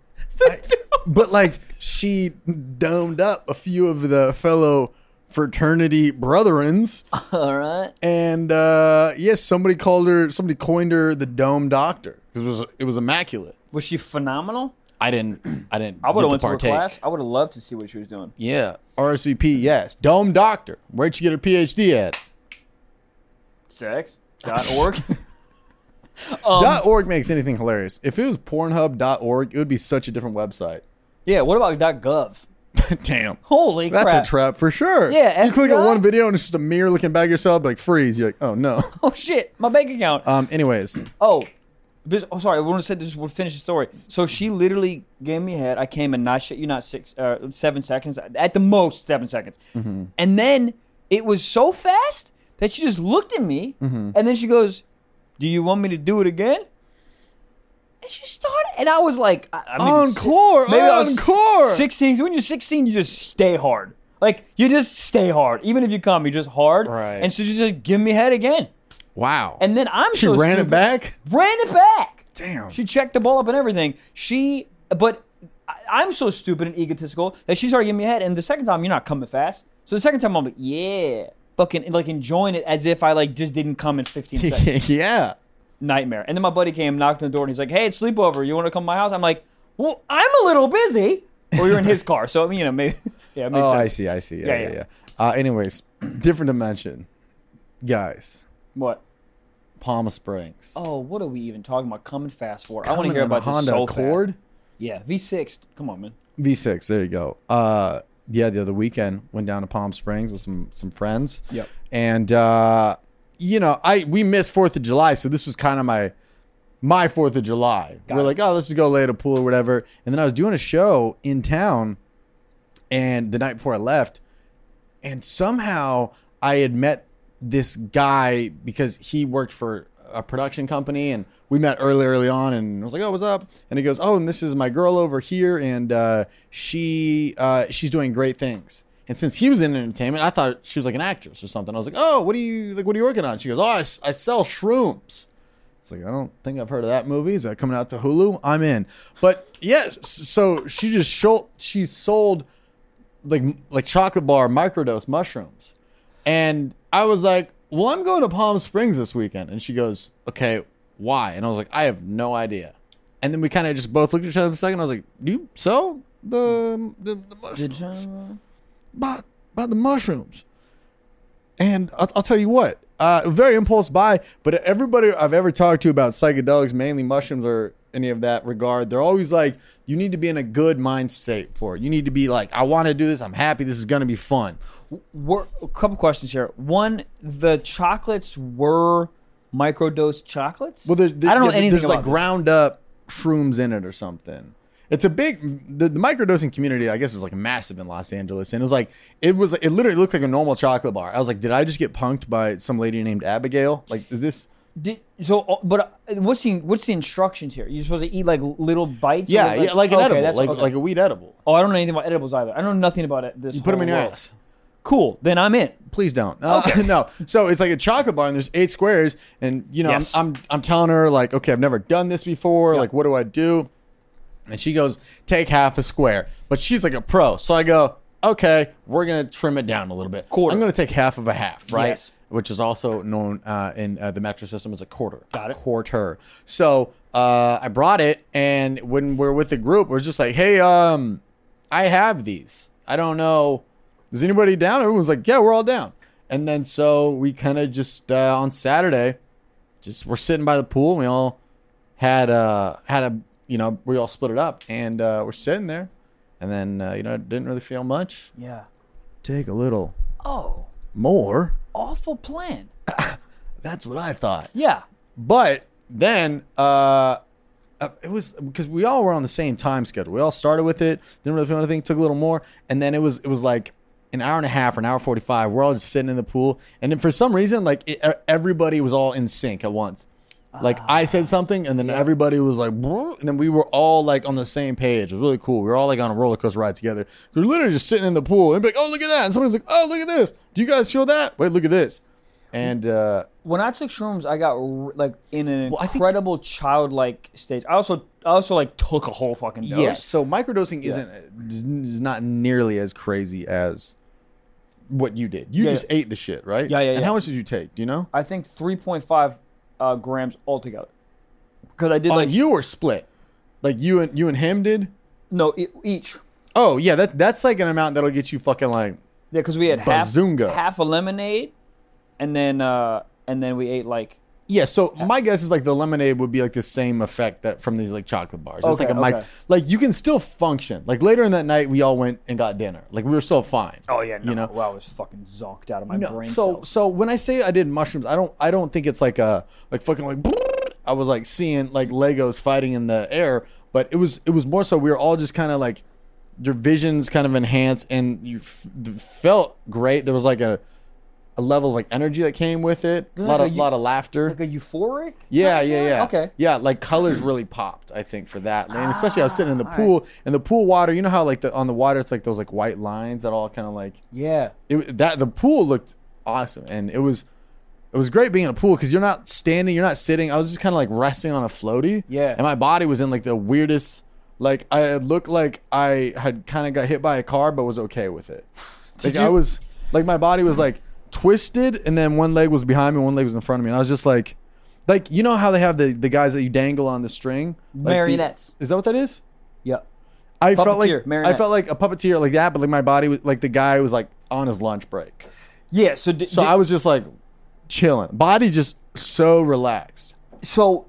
[SPEAKER 2] but like she domed up a few of the fellow fraternity brethrens
[SPEAKER 1] All right.
[SPEAKER 2] and uh yes somebody called her somebody coined her the dome doctor 'Cause it was it was immaculate
[SPEAKER 1] Was she phenomenal?
[SPEAKER 2] i didn't i didn't
[SPEAKER 1] I would have went to her class. I would have loved to see what she was doing.
[SPEAKER 2] yeah rcp yes dome doctor where'd she get her phd at
[SPEAKER 1] Sex.org. Um,
[SPEAKER 2] dot org makes anything hilarious if it was pornhub.org it would be such a different website
[SPEAKER 1] yeah. What about .gov?
[SPEAKER 2] damn
[SPEAKER 1] Holy
[SPEAKER 2] that's
[SPEAKER 1] crap!
[SPEAKER 2] a trap for sure.
[SPEAKER 1] Yeah,
[SPEAKER 2] you click on
[SPEAKER 1] F-
[SPEAKER 2] one video and it's just a mirror looking back at yourself, like freeze. You're like, oh no.
[SPEAKER 1] oh shit! My bank account.
[SPEAKER 2] Um. Anyways,
[SPEAKER 1] oh, this. Oh, sorry. I want to say this. We'll finish the story. So she literally gave me a head. I came and not shit you not six, uh, seven seconds at the most, seven seconds. And then it was so fast that she just looked at me, and then she goes, "Do you want me to do it again?" And she started, and I was like, I, I mean,
[SPEAKER 2] encore,
[SPEAKER 1] Maybe I was
[SPEAKER 2] encore.
[SPEAKER 1] 16. When you're 16, you just stay hard. Like you just stay hard. Even if you come, you're just hard.
[SPEAKER 2] Right.
[SPEAKER 1] And so she just give me head again.
[SPEAKER 2] Wow.
[SPEAKER 1] And then I'm
[SPEAKER 2] she
[SPEAKER 1] so
[SPEAKER 2] ran
[SPEAKER 1] stupid-
[SPEAKER 2] it back.
[SPEAKER 1] Ran it back.
[SPEAKER 2] Damn.
[SPEAKER 1] She checked the ball up and everything. She, but I, I'm so stupid and egotistical that she started giving me head. And the second time, you're not coming fast. So the second time, I'm like, yeah, fucking, like enjoying it as if I like just didn't come in 15 seconds
[SPEAKER 2] yeah.
[SPEAKER 1] nightmare. And then my buddy came, knocked on the door, and he's like, "Hey, it's sleepover. You want to come to my house?" I'm like, "Well, I'm a little busy." Or you're in his car, so I mean, you know, maybe. Yeah, it makes
[SPEAKER 2] Oh, I
[SPEAKER 1] sense.
[SPEAKER 2] see. I see. Yeah,
[SPEAKER 1] Yeah,
[SPEAKER 2] yeah, yeah.
[SPEAKER 1] yeah.
[SPEAKER 2] Uh, anyways, different dimension, guys.
[SPEAKER 1] What?
[SPEAKER 2] Palm Springs.
[SPEAKER 1] Oh, what are we even talking about? Coming fast for? I
[SPEAKER 2] Coming
[SPEAKER 1] want to hear
[SPEAKER 2] in a
[SPEAKER 1] about this
[SPEAKER 2] Honda
[SPEAKER 1] so
[SPEAKER 2] Accord.
[SPEAKER 1] fast. Yeah, V6. Come on, man.
[SPEAKER 2] V6. There you go. Uh, yeah, the other weekend went down to Palm Springs with some some friends.
[SPEAKER 1] Yep.
[SPEAKER 2] And uh, you know, I we missed Fourth of July, so this was kind of my my Fourth of July.
[SPEAKER 1] Got
[SPEAKER 2] We're
[SPEAKER 1] it.
[SPEAKER 2] like, oh, let's just go lay at a pool or whatever. And then I was doing a show in town, and the night before I left, and somehow I had met this guy because he worked for a production company and we met early early on and I was like oh what's up and he goes oh and this is my girl over here and uh, she uh, she's doing great things and since he was in entertainment I thought she was like an actress or something I was like oh what are you like what are you working on she goes oh I, s- I sell shrooms it's like I don't think I've heard of that movie. Is that coming out to Hulu? I'm in. But yeah, s- so she just sold she sold like like chocolate bar microdose mushrooms, and I was like, "Well, I'm going to Palm Springs this weekend," and she goes, "Okay, why?" And I was like, "I have no idea." And then we kind of just both looked at each other for a second. I was like, "Do you sell the the, the mushrooms?" about about the mushrooms. And I'll, I'll tell you what, uh, very impulse buy. But everybody I've ever talked to about psychedelics, mainly mushrooms or any of that regard, they're always like, you need to be in a good mind state for it. You need to be like, I want to do this. I'm happy. This is gonna be fun.
[SPEAKER 1] Were, a couple questions here. One, the chocolates were microdose chocolates.
[SPEAKER 2] Well, there's, there,
[SPEAKER 1] I don't know
[SPEAKER 2] yeah,
[SPEAKER 1] anything
[SPEAKER 2] There's
[SPEAKER 1] about
[SPEAKER 2] like
[SPEAKER 1] this.
[SPEAKER 2] ground up shrooms in it or something. It's a big the, the microdosing community. I guess is like massive in Los Angeles, and it was like it was. It literally looked like a normal chocolate bar. I was like, did I just get punked by some lady named Abigail? Like is this.
[SPEAKER 1] Did, so, but uh, what's the what's the instructions here? You're supposed to eat like little bites. or
[SPEAKER 2] Yeah, yeah, like an
[SPEAKER 1] okay,
[SPEAKER 2] edible,
[SPEAKER 1] that's-
[SPEAKER 2] like
[SPEAKER 1] okay.
[SPEAKER 2] like a weed edible.
[SPEAKER 1] oh, I don't know anything about edibles either. I know nothing about it. This
[SPEAKER 2] You put them in
[SPEAKER 1] whole
[SPEAKER 2] your
[SPEAKER 1] world.
[SPEAKER 2] ass.
[SPEAKER 1] Cool. Then I'm in.
[SPEAKER 2] Please don't. Uh, no. So it's like a chocolate bar, and there's eight squares, and you know,
[SPEAKER 1] Yes.
[SPEAKER 2] I'm, I'm I'm telling her like, okay, I've never done this before. Like, what do I do? And she goes, take half a square. But she's like a pro, so I go, okay, we're gonna trim it down a little bit.
[SPEAKER 1] Quarter.
[SPEAKER 2] I'm gonna take half of a half, right?
[SPEAKER 1] Yes.
[SPEAKER 2] Which is also known uh, in uh, the metric system as a quarter.
[SPEAKER 1] Got it.
[SPEAKER 2] Quarter. So uh, I brought it, and when we're with the group, we're just like, hey, um, I have these. I don't know. Is anybody down? Everyone's like, yeah, we're all down. And then so we kind of just uh, on Saturday, just we're sitting by the pool. And we all had uh had a you know we all split it up and uh, we're sitting there, and then uh, you know didn't really feel much.
[SPEAKER 1] Yeah.
[SPEAKER 2] Take a little
[SPEAKER 1] Oh,
[SPEAKER 2] more.
[SPEAKER 1] awful plan.
[SPEAKER 2] That's what I thought.
[SPEAKER 1] Yeah.
[SPEAKER 2] But then uh, uh, it was because we all were on the same time schedule. We all started with it, didn't really feel anything, took a little more, and then it was it was like an hour and a half or an hour forty five. We're all just sitting in the pool, and then for some reason, like it, e- everybody was all in sync at once. Like I said something, and then everybody was like, "Brr," and then we were all like on the same page. It was really cool. We were all like on a roller coaster ride together. We were literally just sitting in the pool and be like, "Oh, look at that!" And someone's like, "Oh, look at this! Do you guys feel that? Wait, look at this!" And uh,
[SPEAKER 1] When I took shrooms, I got r- like in an
[SPEAKER 2] Well, I think-
[SPEAKER 1] incredible childlike stage. I also I also like took a whole fucking dose.
[SPEAKER 2] Yeah, so microdosing isn't is not nearly as crazy as what you did. You
[SPEAKER 1] Yeah,
[SPEAKER 2] just ate the shit, right?
[SPEAKER 1] Yeah, yeah,
[SPEAKER 2] And
[SPEAKER 1] yeah.
[SPEAKER 2] how much did you take? Do you know?
[SPEAKER 1] I think 3.5 uh, grams altogether. Because I did
[SPEAKER 2] On
[SPEAKER 1] like
[SPEAKER 2] Oh, you were split, like you and you and him did.
[SPEAKER 1] no e- each.
[SPEAKER 2] Oh yeah, that that's like an amount that'll get you fucking like
[SPEAKER 1] Yeah, because we had half
[SPEAKER 2] Bazoonga.
[SPEAKER 1] half a lemonade, and then uh and then we ate like
[SPEAKER 2] yeah. So my guess is like the lemonade would be like the same effect that from these like chocolate bars. It's
[SPEAKER 1] Okay,
[SPEAKER 2] like a mic,
[SPEAKER 1] okay.
[SPEAKER 2] like you can still function. Like later in that night, we all went and got dinner. Like we were still fine.
[SPEAKER 1] Oh,
[SPEAKER 2] you know.
[SPEAKER 1] well, I was fucking zonked out of my
[SPEAKER 2] No,
[SPEAKER 1] brain.
[SPEAKER 2] so
[SPEAKER 1] cells.
[SPEAKER 2] so when I say I did mushrooms, I don't I don't think it's like a like fucking like I was like seeing like Legos fighting in the air, but it was it was more so we were all just kind of like your visions kind of enhanced and you f- felt great. There was like a a level of like energy that came with it. A lot
[SPEAKER 1] Like
[SPEAKER 2] of
[SPEAKER 1] a-
[SPEAKER 2] lot of laughter.
[SPEAKER 1] like a euphoric.
[SPEAKER 2] Yeah, yeah, yeah.
[SPEAKER 1] Okay.
[SPEAKER 2] Yeah, like colors really popped, I think, for that. And especially I was sitting in
[SPEAKER 1] Ah,
[SPEAKER 2] the pool and the pool water, you know how like the on the water it's like those like white lines that all kind of like
[SPEAKER 1] Yeah.
[SPEAKER 2] it that the pool looked awesome and it was it was great being in a pool because you're not standing you're not sitting i was just kind of like resting on a floaty
[SPEAKER 1] Yeah.
[SPEAKER 2] and my body was in like the weirdest like i it looked like i had kind of got hit by a car but was okay with it like i
[SPEAKER 1] you-
[SPEAKER 2] was like my body was like twisted and then one leg was behind me one leg was in front of me and i was just like like you know how they have the the guys that you dangle on the string like the-
[SPEAKER 1] Marionettes.
[SPEAKER 2] is that what that is
[SPEAKER 1] Yeah.
[SPEAKER 2] I felt like
[SPEAKER 1] Puppeteer,
[SPEAKER 2] I
[SPEAKER 1] marionette.
[SPEAKER 2] felt like a puppeteer like that, but like my body was like the guy was like on his lunch break.
[SPEAKER 1] Yeah. So d-
[SPEAKER 2] So
[SPEAKER 1] d-
[SPEAKER 2] I was just like chilling. Body just so relaxed.
[SPEAKER 1] so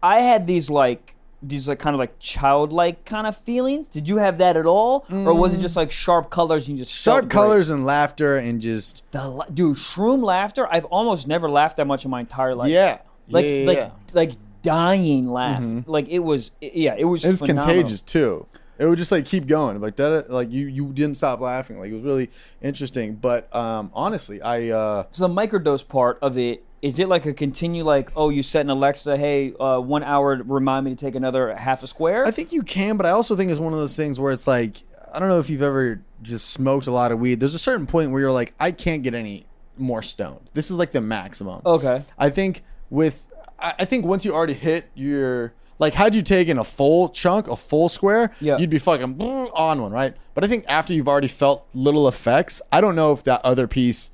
[SPEAKER 1] I had these like these like kind of like childlike kind of feelings? Did you have that at all, or was it just like sharp colors and you just felt
[SPEAKER 2] Sharp
[SPEAKER 1] great?
[SPEAKER 2] colors and laughter and just
[SPEAKER 1] The la- dude, shroom laughter. I've almost never laughed that much in my entire life.
[SPEAKER 2] yeah,
[SPEAKER 1] like
[SPEAKER 2] yeah, yeah,
[SPEAKER 1] like
[SPEAKER 2] yeah. Mm-hmm.
[SPEAKER 1] like dying laugh. Like it was, i- yeah, it was.
[SPEAKER 2] It was
[SPEAKER 1] phenomenal.
[SPEAKER 2] contagious too. It would just like keep going, like that. Like you, you didn't stop laughing. Like it was really interesting. But um, honestly, I uh,
[SPEAKER 1] So the microdose part of it is it like a continue like oh you set an Alexa hey uh, one hour remind me to take another half a square.
[SPEAKER 2] I think you can, but I also think it's one of those things where it's like I don't know if you've ever just smoked a lot of weed. There's a certain point where you're like, I can't get any more stoned. This is like the maximum.
[SPEAKER 1] okay.
[SPEAKER 2] I think with I I think once you already hit your like had you taken a full chunk, a full square,
[SPEAKER 1] Yeah.
[SPEAKER 2] you'd be fucking on one, right? But I think after you've already felt little effects, I don't know if that other piece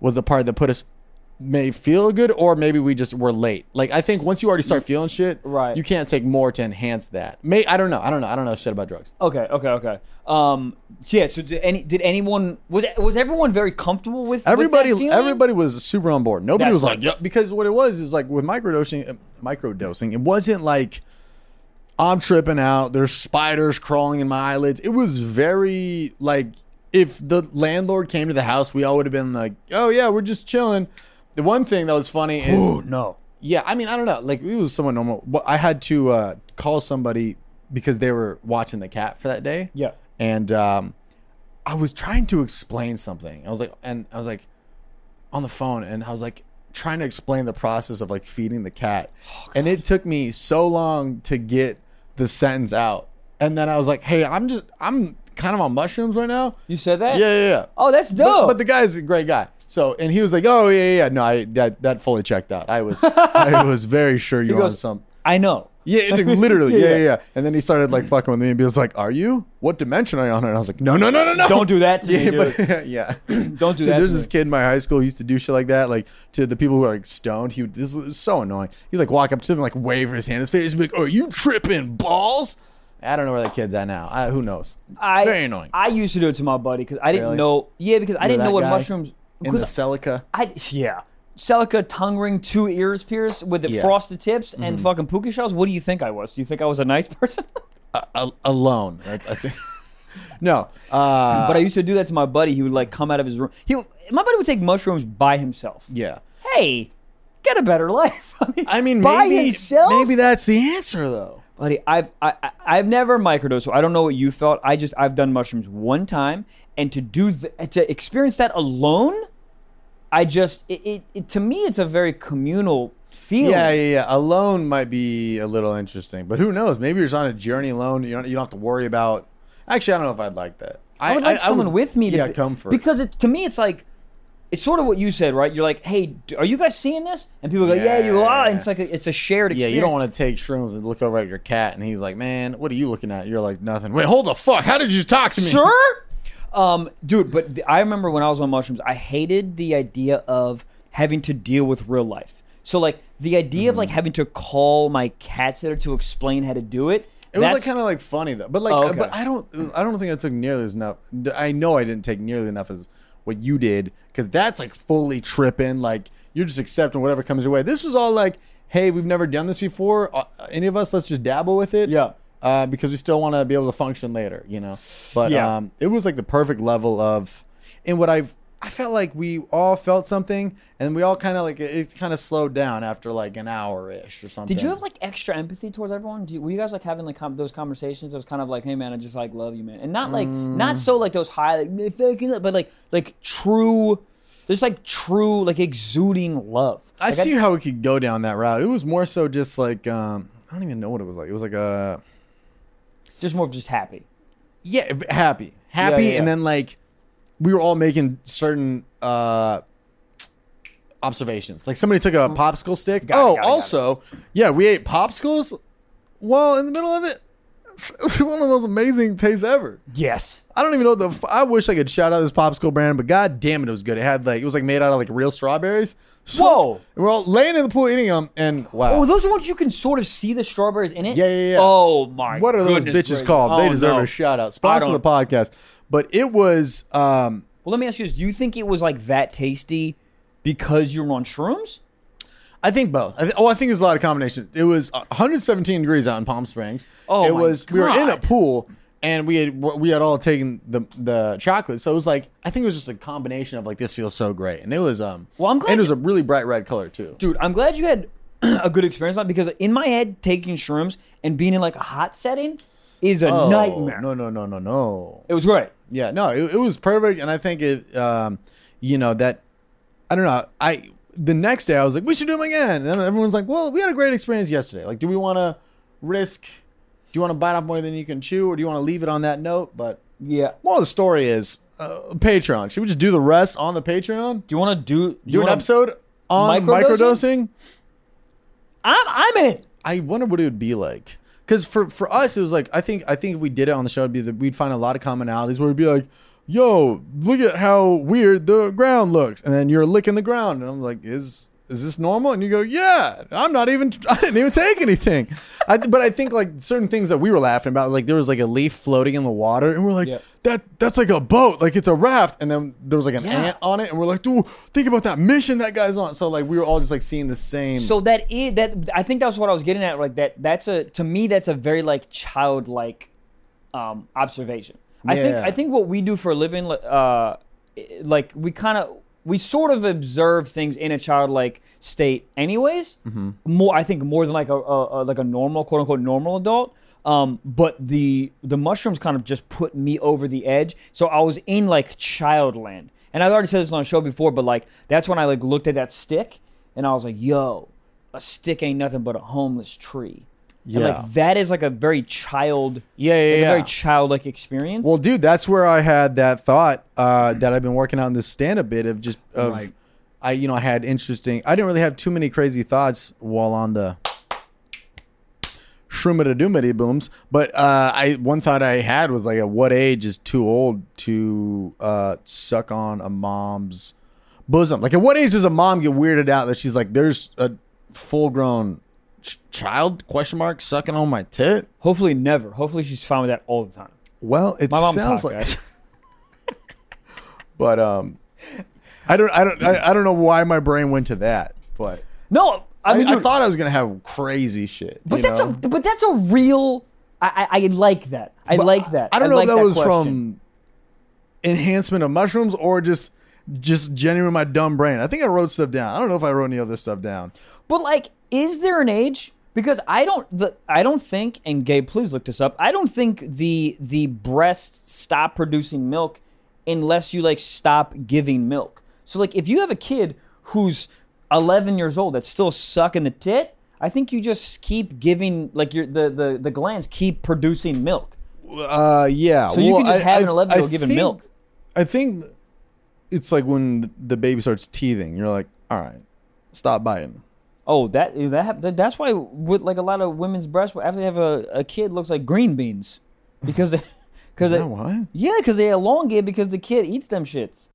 [SPEAKER 2] was the part that put us may feel good or maybe we just were late. Like I think once you already start feeling shit,
[SPEAKER 1] Right.
[SPEAKER 2] you can't take more to enhance that. May I don't know. I don't know. I don't know shit about drugs.
[SPEAKER 1] Okay, okay, okay. Um, so yeah. So did any did anyone was was everyone very comfortable with with that
[SPEAKER 2] Everybody,
[SPEAKER 1] feeling?
[SPEAKER 2] everybody was super on board. Nobody
[SPEAKER 1] That's
[SPEAKER 2] was like,
[SPEAKER 1] right.
[SPEAKER 2] "Yep," because what it was is like with microdosing, uh, microdosing, it wasn't like I'm tripping out. There's spiders crawling in my eyelids. It was very like if the landlord came to the house, we all would have been like, "Oh yeah, we're just chilling." The one thing that was funny is
[SPEAKER 1] Ooh, no.
[SPEAKER 2] yeah, I mean, I don't know. Like it was somewhat normal, but I had to uh, call somebody because they were watching the cat for that day.
[SPEAKER 1] Yeah.
[SPEAKER 2] and um, I was trying to explain something. I was like, and I was like on the phone, and I was like trying to explain the process of like feeding the cat, and it took me so long to get the sentence out. And then I was like, hey, I'm just I'm kind of on mushrooms right now.
[SPEAKER 1] You said that.
[SPEAKER 2] Yeah, yeah, yeah.
[SPEAKER 1] Oh, that's
[SPEAKER 2] But,
[SPEAKER 1] dope.
[SPEAKER 2] but the guy's a great guy. So and he was like, "Oh yeah, yeah, yeah. no, I that that fully checked out. I was I was very sure you were on
[SPEAKER 1] goes-
[SPEAKER 2] some
[SPEAKER 1] I know.
[SPEAKER 2] yeah, it- literally,
[SPEAKER 1] Yeah,
[SPEAKER 2] yeah, yeah,
[SPEAKER 1] yeah.
[SPEAKER 2] yeah. And then he started like fucking with me and he was like, "Are you? What dimension are you on?" And I was like, "No, no, no, no, no."
[SPEAKER 1] Don't do that to me,
[SPEAKER 2] yeah,
[SPEAKER 1] dude.
[SPEAKER 2] but, yeah.
[SPEAKER 1] Don't do
[SPEAKER 2] Dude,
[SPEAKER 1] that.
[SPEAKER 2] there's
[SPEAKER 1] to
[SPEAKER 2] this
[SPEAKER 1] me.
[SPEAKER 2] kid in my high school who used to do shit like that, like to the people who are like stoned. He would, this was so annoying. He'd like walk up to them and like wave his hand in his face and be like, "Are you tripping balls?" I don't know where that kid's at now. I, who knows?
[SPEAKER 1] I,
[SPEAKER 2] Very annoying.
[SPEAKER 1] I used to do it to my buddy because I didn't
[SPEAKER 2] Really?
[SPEAKER 1] know. Yeah, because I didn't know
[SPEAKER 2] that
[SPEAKER 1] what
[SPEAKER 2] guy?
[SPEAKER 1] mushrooms.
[SPEAKER 2] in the
[SPEAKER 1] Because
[SPEAKER 2] Celica.
[SPEAKER 1] I yeah. Celica tongue ring, two ears pierced with the
[SPEAKER 2] Yeah. Mm-hmm.
[SPEAKER 1] frosted tips and fucking puka shells. What do you think I was? Do you think I was a nice person?
[SPEAKER 2] Uh, Al- alone. That's, I think. no, uh,
[SPEAKER 1] but I used to do that to my buddy. He would like come out of his room. He would- my buddy would take mushrooms by himself.
[SPEAKER 2] yeah.
[SPEAKER 1] Hey, get a better life. I mean,
[SPEAKER 2] I mean,
[SPEAKER 1] by
[SPEAKER 2] maybe
[SPEAKER 1] himself.
[SPEAKER 2] maybe that's the answer though.
[SPEAKER 1] buddy. I've I, I- I've never microdosed, so I don't know what you felt. I just I've done mushrooms one time, and to do th- to experience that alone, I just it, it, it to me it's a very communal feeling.
[SPEAKER 2] Yeah, yeah, yeah. Alone might be a little interesting, but who knows? Maybe you're just on a journey alone. You don't, you don't have to worry about. Actually, I don't know if I'd like that.
[SPEAKER 1] I would like someone
[SPEAKER 2] would-
[SPEAKER 1] with me to
[SPEAKER 2] Yeah,
[SPEAKER 1] be-
[SPEAKER 2] comfort.
[SPEAKER 1] because it, to me it's like it's sort of what you said, right? You're like, "Hey, d- are you guys seeing this?" And people go, "Yeah, you are." And it's like a, it's a shared
[SPEAKER 2] yeah,
[SPEAKER 1] experience.
[SPEAKER 2] you don't want to take shrooms and look over at your cat, and he's like, "Man, what are you looking at?" You're like, "Nothing." Wait, hold the fuck. How did you talk to me?
[SPEAKER 1] sure, um, dude. But th- I remember when I was on mushrooms, I hated the idea of having to deal with real life. So like the idea of like
[SPEAKER 2] Mm.
[SPEAKER 1] having to call my cat sitter to explain how to do it.
[SPEAKER 2] It was like kind of like funny though, but like, uh,
[SPEAKER 1] Oh, okay.
[SPEAKER 2] but I don't, I don't think I took nearly as enough. I know I didn't take nearly enough as what you did because that's like fully tripping. Like you're just accepting whatever comes your way. This was all like, hey, we've never done this before. Uh, any of us, let's just dabble with it.
[SPEAKER 1] Yeah.
[SPEAKER 2] Uh, because we still want to be able to function later, you know. But
[SPEAKER 1] Yeah.
[SPEAKER 2] um, it was like the perfect level of, and what I've, I felt like we all felt something, and we all kind of like it, kind of slowed down after like an hour ish or something.
[SPEAKER 1] Did you have like extra empathy towards everyone? Do you, were you guys like having like com- those conversations? That was kind of like, hey man, I just like love you, man, and not like
[SPEAKER 2] Mm.
[SPEAKER 1] not so like those high like "Man, fuck you," but like like true, there's like true like exuding love.
[SPEAKER 2] I
[SPEAKER 1] Like,
[SPEAKER 2] see how we could go down that route. It was more so just like um, I don't even know what it was like. It was like a
[SPEAKER 1] just more of just happy.
[SPEAKER 2] yeah, happy, happy,
[SPEAKER 1] Yeah, yeah, yeah.
[SPEAKER 2] and then like we were all making certain uh, observations. Like somebody took a popsicle stick.
[SPEAKER 1] it,
[SPEAKER 2] oh,
[SPEAKER 1] Mm-hmm. got it, got it.
[SPEAKER 2] also, yeah, we ate popsicles. Well, in the middle of it, it's one of the most amazing tastes ever.
[SPEAKER 1] Yes.
[SPEAKER 2] I don't even know what the. f- I wish I could shout out this popsicle brand, but god damn it, it was good. It had like it was like made out of like real strawberries. So
[SPEAKER 1] Whoa.
[SPEAKER 2] We're all laying in the pool eating them, and wow.
[SPEAKER 1] Oh, those are ones you can sort of see the strawberries in it.
[SPEAKER 2] Yeah, yeah, yeah.
[SPEAKER 1] Oh my.
[SPEAKER 2] what are those bitches
[SPEAKER 1] goodness gracious.
[SPEAKER 2] called? they
[SPEAKER 1] Oh,
[SPEAKER 2] deserve
[SPEAKER 1] no.
[SPEAKER 2] a shout out.
[SPEAKER 1] I
[SPEAKER 2] Sponsor
[SPEAKER 1] don't-
[SPEAKER 2] the podcast. But it was um
[SPEAKER 1] Well, let me ask you this: Do you think it was like that tasty because you were on shrooms?
[SPEAKER 2] I think both. I th- oh, I think it was a lot of combination. It was 117 degrees out in Palm Springs.
[SPEAKER 1] Oh,
[SPEAKER 2] it
[SPEAKER 1] my
[SPEAKER 2] was. We were in a
[SPEAKER 1] God.
[SPEAKER 2] pool, and we had we had all taken the the chocolate. So it was like I think it was just a combination of like this feels so great, and it was um.
[SPEAKER 1] Well, I'm glad
[SPEAKER 2] and it was
[SPEAKER 1] you-
[SPEAKER 2] a really bright red color too.
[SPEAKER 1] dude i'm glad you had a good experience on it because in my head taking shrooms and being in like a hot setting is a
[SPEAKER 2] Oh,
[SPEAKER 1] nightmare
[SPEAKER 2] No, no, no, no, no.
[SPEAKER 1] it was great
[SPEAKER 2] Yeah, no, it, it was perfect, and I think it, um, you know, that I don't know. I the next day I was like, we should do them again, and then everyone's like, well, we had a great experience yesterday. Like, do we want to risk? Do you want to bite off more than you can chew, or do you want to leave it on that note? But
[SPEAKER 1] yeah
[SPEAKER 2] more of the story is uh, Patreon. Should we just do the rest on the Patreon?
[SPEAKER 1] do you want to do
[SPEAKER 2] Do an episode on
[SPEAKER 1] microdosing?
[SPEAKER 2] microdosing?
[SPEAKER 1] i'm i'm in
[SPEAKER 2] I wonder what it would be like. Because for for us, it was like I think I think if we did it on the show, it'd be the, we'd find a lot of commonalities where we'd be like, "Yo, look at how weird the ground looks," and then you're licking the ground, and I'm like, "Is is this normal?" And you go, "Yeah, I'm not even I didn't even take anything." I, th- but I think like certain things that we were laughing about, like there was like a leaf floating in the water, and we're like,
[SPEAKER 1] Yeah.
[SPEAKER 2] "That that's like a boat, like it's a raft," and then there was like an
[SPEAKER 1] Yeah.
[SPEAKER 2] ant on it, and we're like, "Dude, think about that mission that guy's on." So like we were all just like seeing the same.
[SPEAKER 1] so that is that i think that's what i was getting at like that that's a to me that's a very like childlike um observation i think
[SPEAKER 2] Yeah.
[SPEAKER 1] i think what we do for a living li- uh i- like we kind of we sort of observe things in a childlike state anyways
[SPEAKER 2] Mm-hmm.
[SPEAKER 1] more i think more than like a, a, a like a normal quote unquote normal adult um but the the mushrooms kind of just put me over the edge so i was in like childland and i've already said this on the show before but like that's when i like looked at that stick and i was like yo a stick ain't nothing but a homeless tree and
[SPEAKER 2] Yeah.
[SPEAKER 1] like that is like a very child
[SPEAKER 2] yeah, yeah,
[SPEAKER 1] like
[SPEAKER 2] yeah.
[SPEAKER 1] a very childlike experience.
[SPEAKER 2] Well, dude, that's where I had that thought uh, that I've been working on this stand-up bit of just of
[SPEAKER 3] Right.
[SPEAKER 2] I you know I had interesting. I didn't really have too many crazy thoughts while on the shroomity doomity booms, but uh, I one thought I had was like, at what age is too old to uh, suck on a mom's bosom? Like, at what age does a mom get weirded out that she's like, there's a full-grown ch- child question mark sucking on my tit?
[SPEAKER 1] hopefully never. Hopefully she's fine with that all the time.
[SPEAKER 2] Well, it
[SPEAKER 1] My mom's
[SPEAKER 2] sounds
[SPEAKER 1] hot,
[SPEAKER 2] like.
[SPEAKER 1] guys.
[SPEAKER 2] But um, I don't, I don't, I, I don't know why my brain went to that, but
[SPEAKER 1] No, I
[SPEAKER 2] I,
[SPEAKER 1] mean,
[SPEAKER 2] I
[SPEAKER 1] dude,
[SPEAKER 2] thought I was gonna have crazy shit.
[SPEAKER 1] but that's a but that's a real. I I, I like that. I like that.
[SPEAKER 2] I don't know
[SPEAKER 1] like
[SPEAKER 2] if that, was
[SPEAKER 1] question.
[SPEAKER 2] from enhancement of mushrooms or just just genuine my dumb brain. I think I wrote stuff down. I don't know if I wrote any other stuff down.
[SPEAKER 1] But like, is there an age? Because I don't, the, I don't think, and Gabe, please look this up. I don't think the the breasts stop producing milk unless you like stop giving milk. So like, if you have a kid who's 11 years old that's still sucking the tit, I think you just keep giving like your the the the glands keep producing milk.
[SPEAKER 2] Uh, yeah.
[SPEAKER 1] So you can just have an 11 year old given
[SPEAKER 2] think-
[SPEAKER 1] milk.
[SPEAKER 2] I think it's like when the baby starts teething. You're like, all right, stop biting.
[SPEAKER 1] Oh, that that hap- that- that's why with like a lot of women's breasts after they have a, a kid looks like green beans because they because
[SPEAKER 2] You
[SPEAKER 1] they
[SPEAKER 2] know what?
[SPEAKER 1] yeah because they elongate because the kid eats them shits.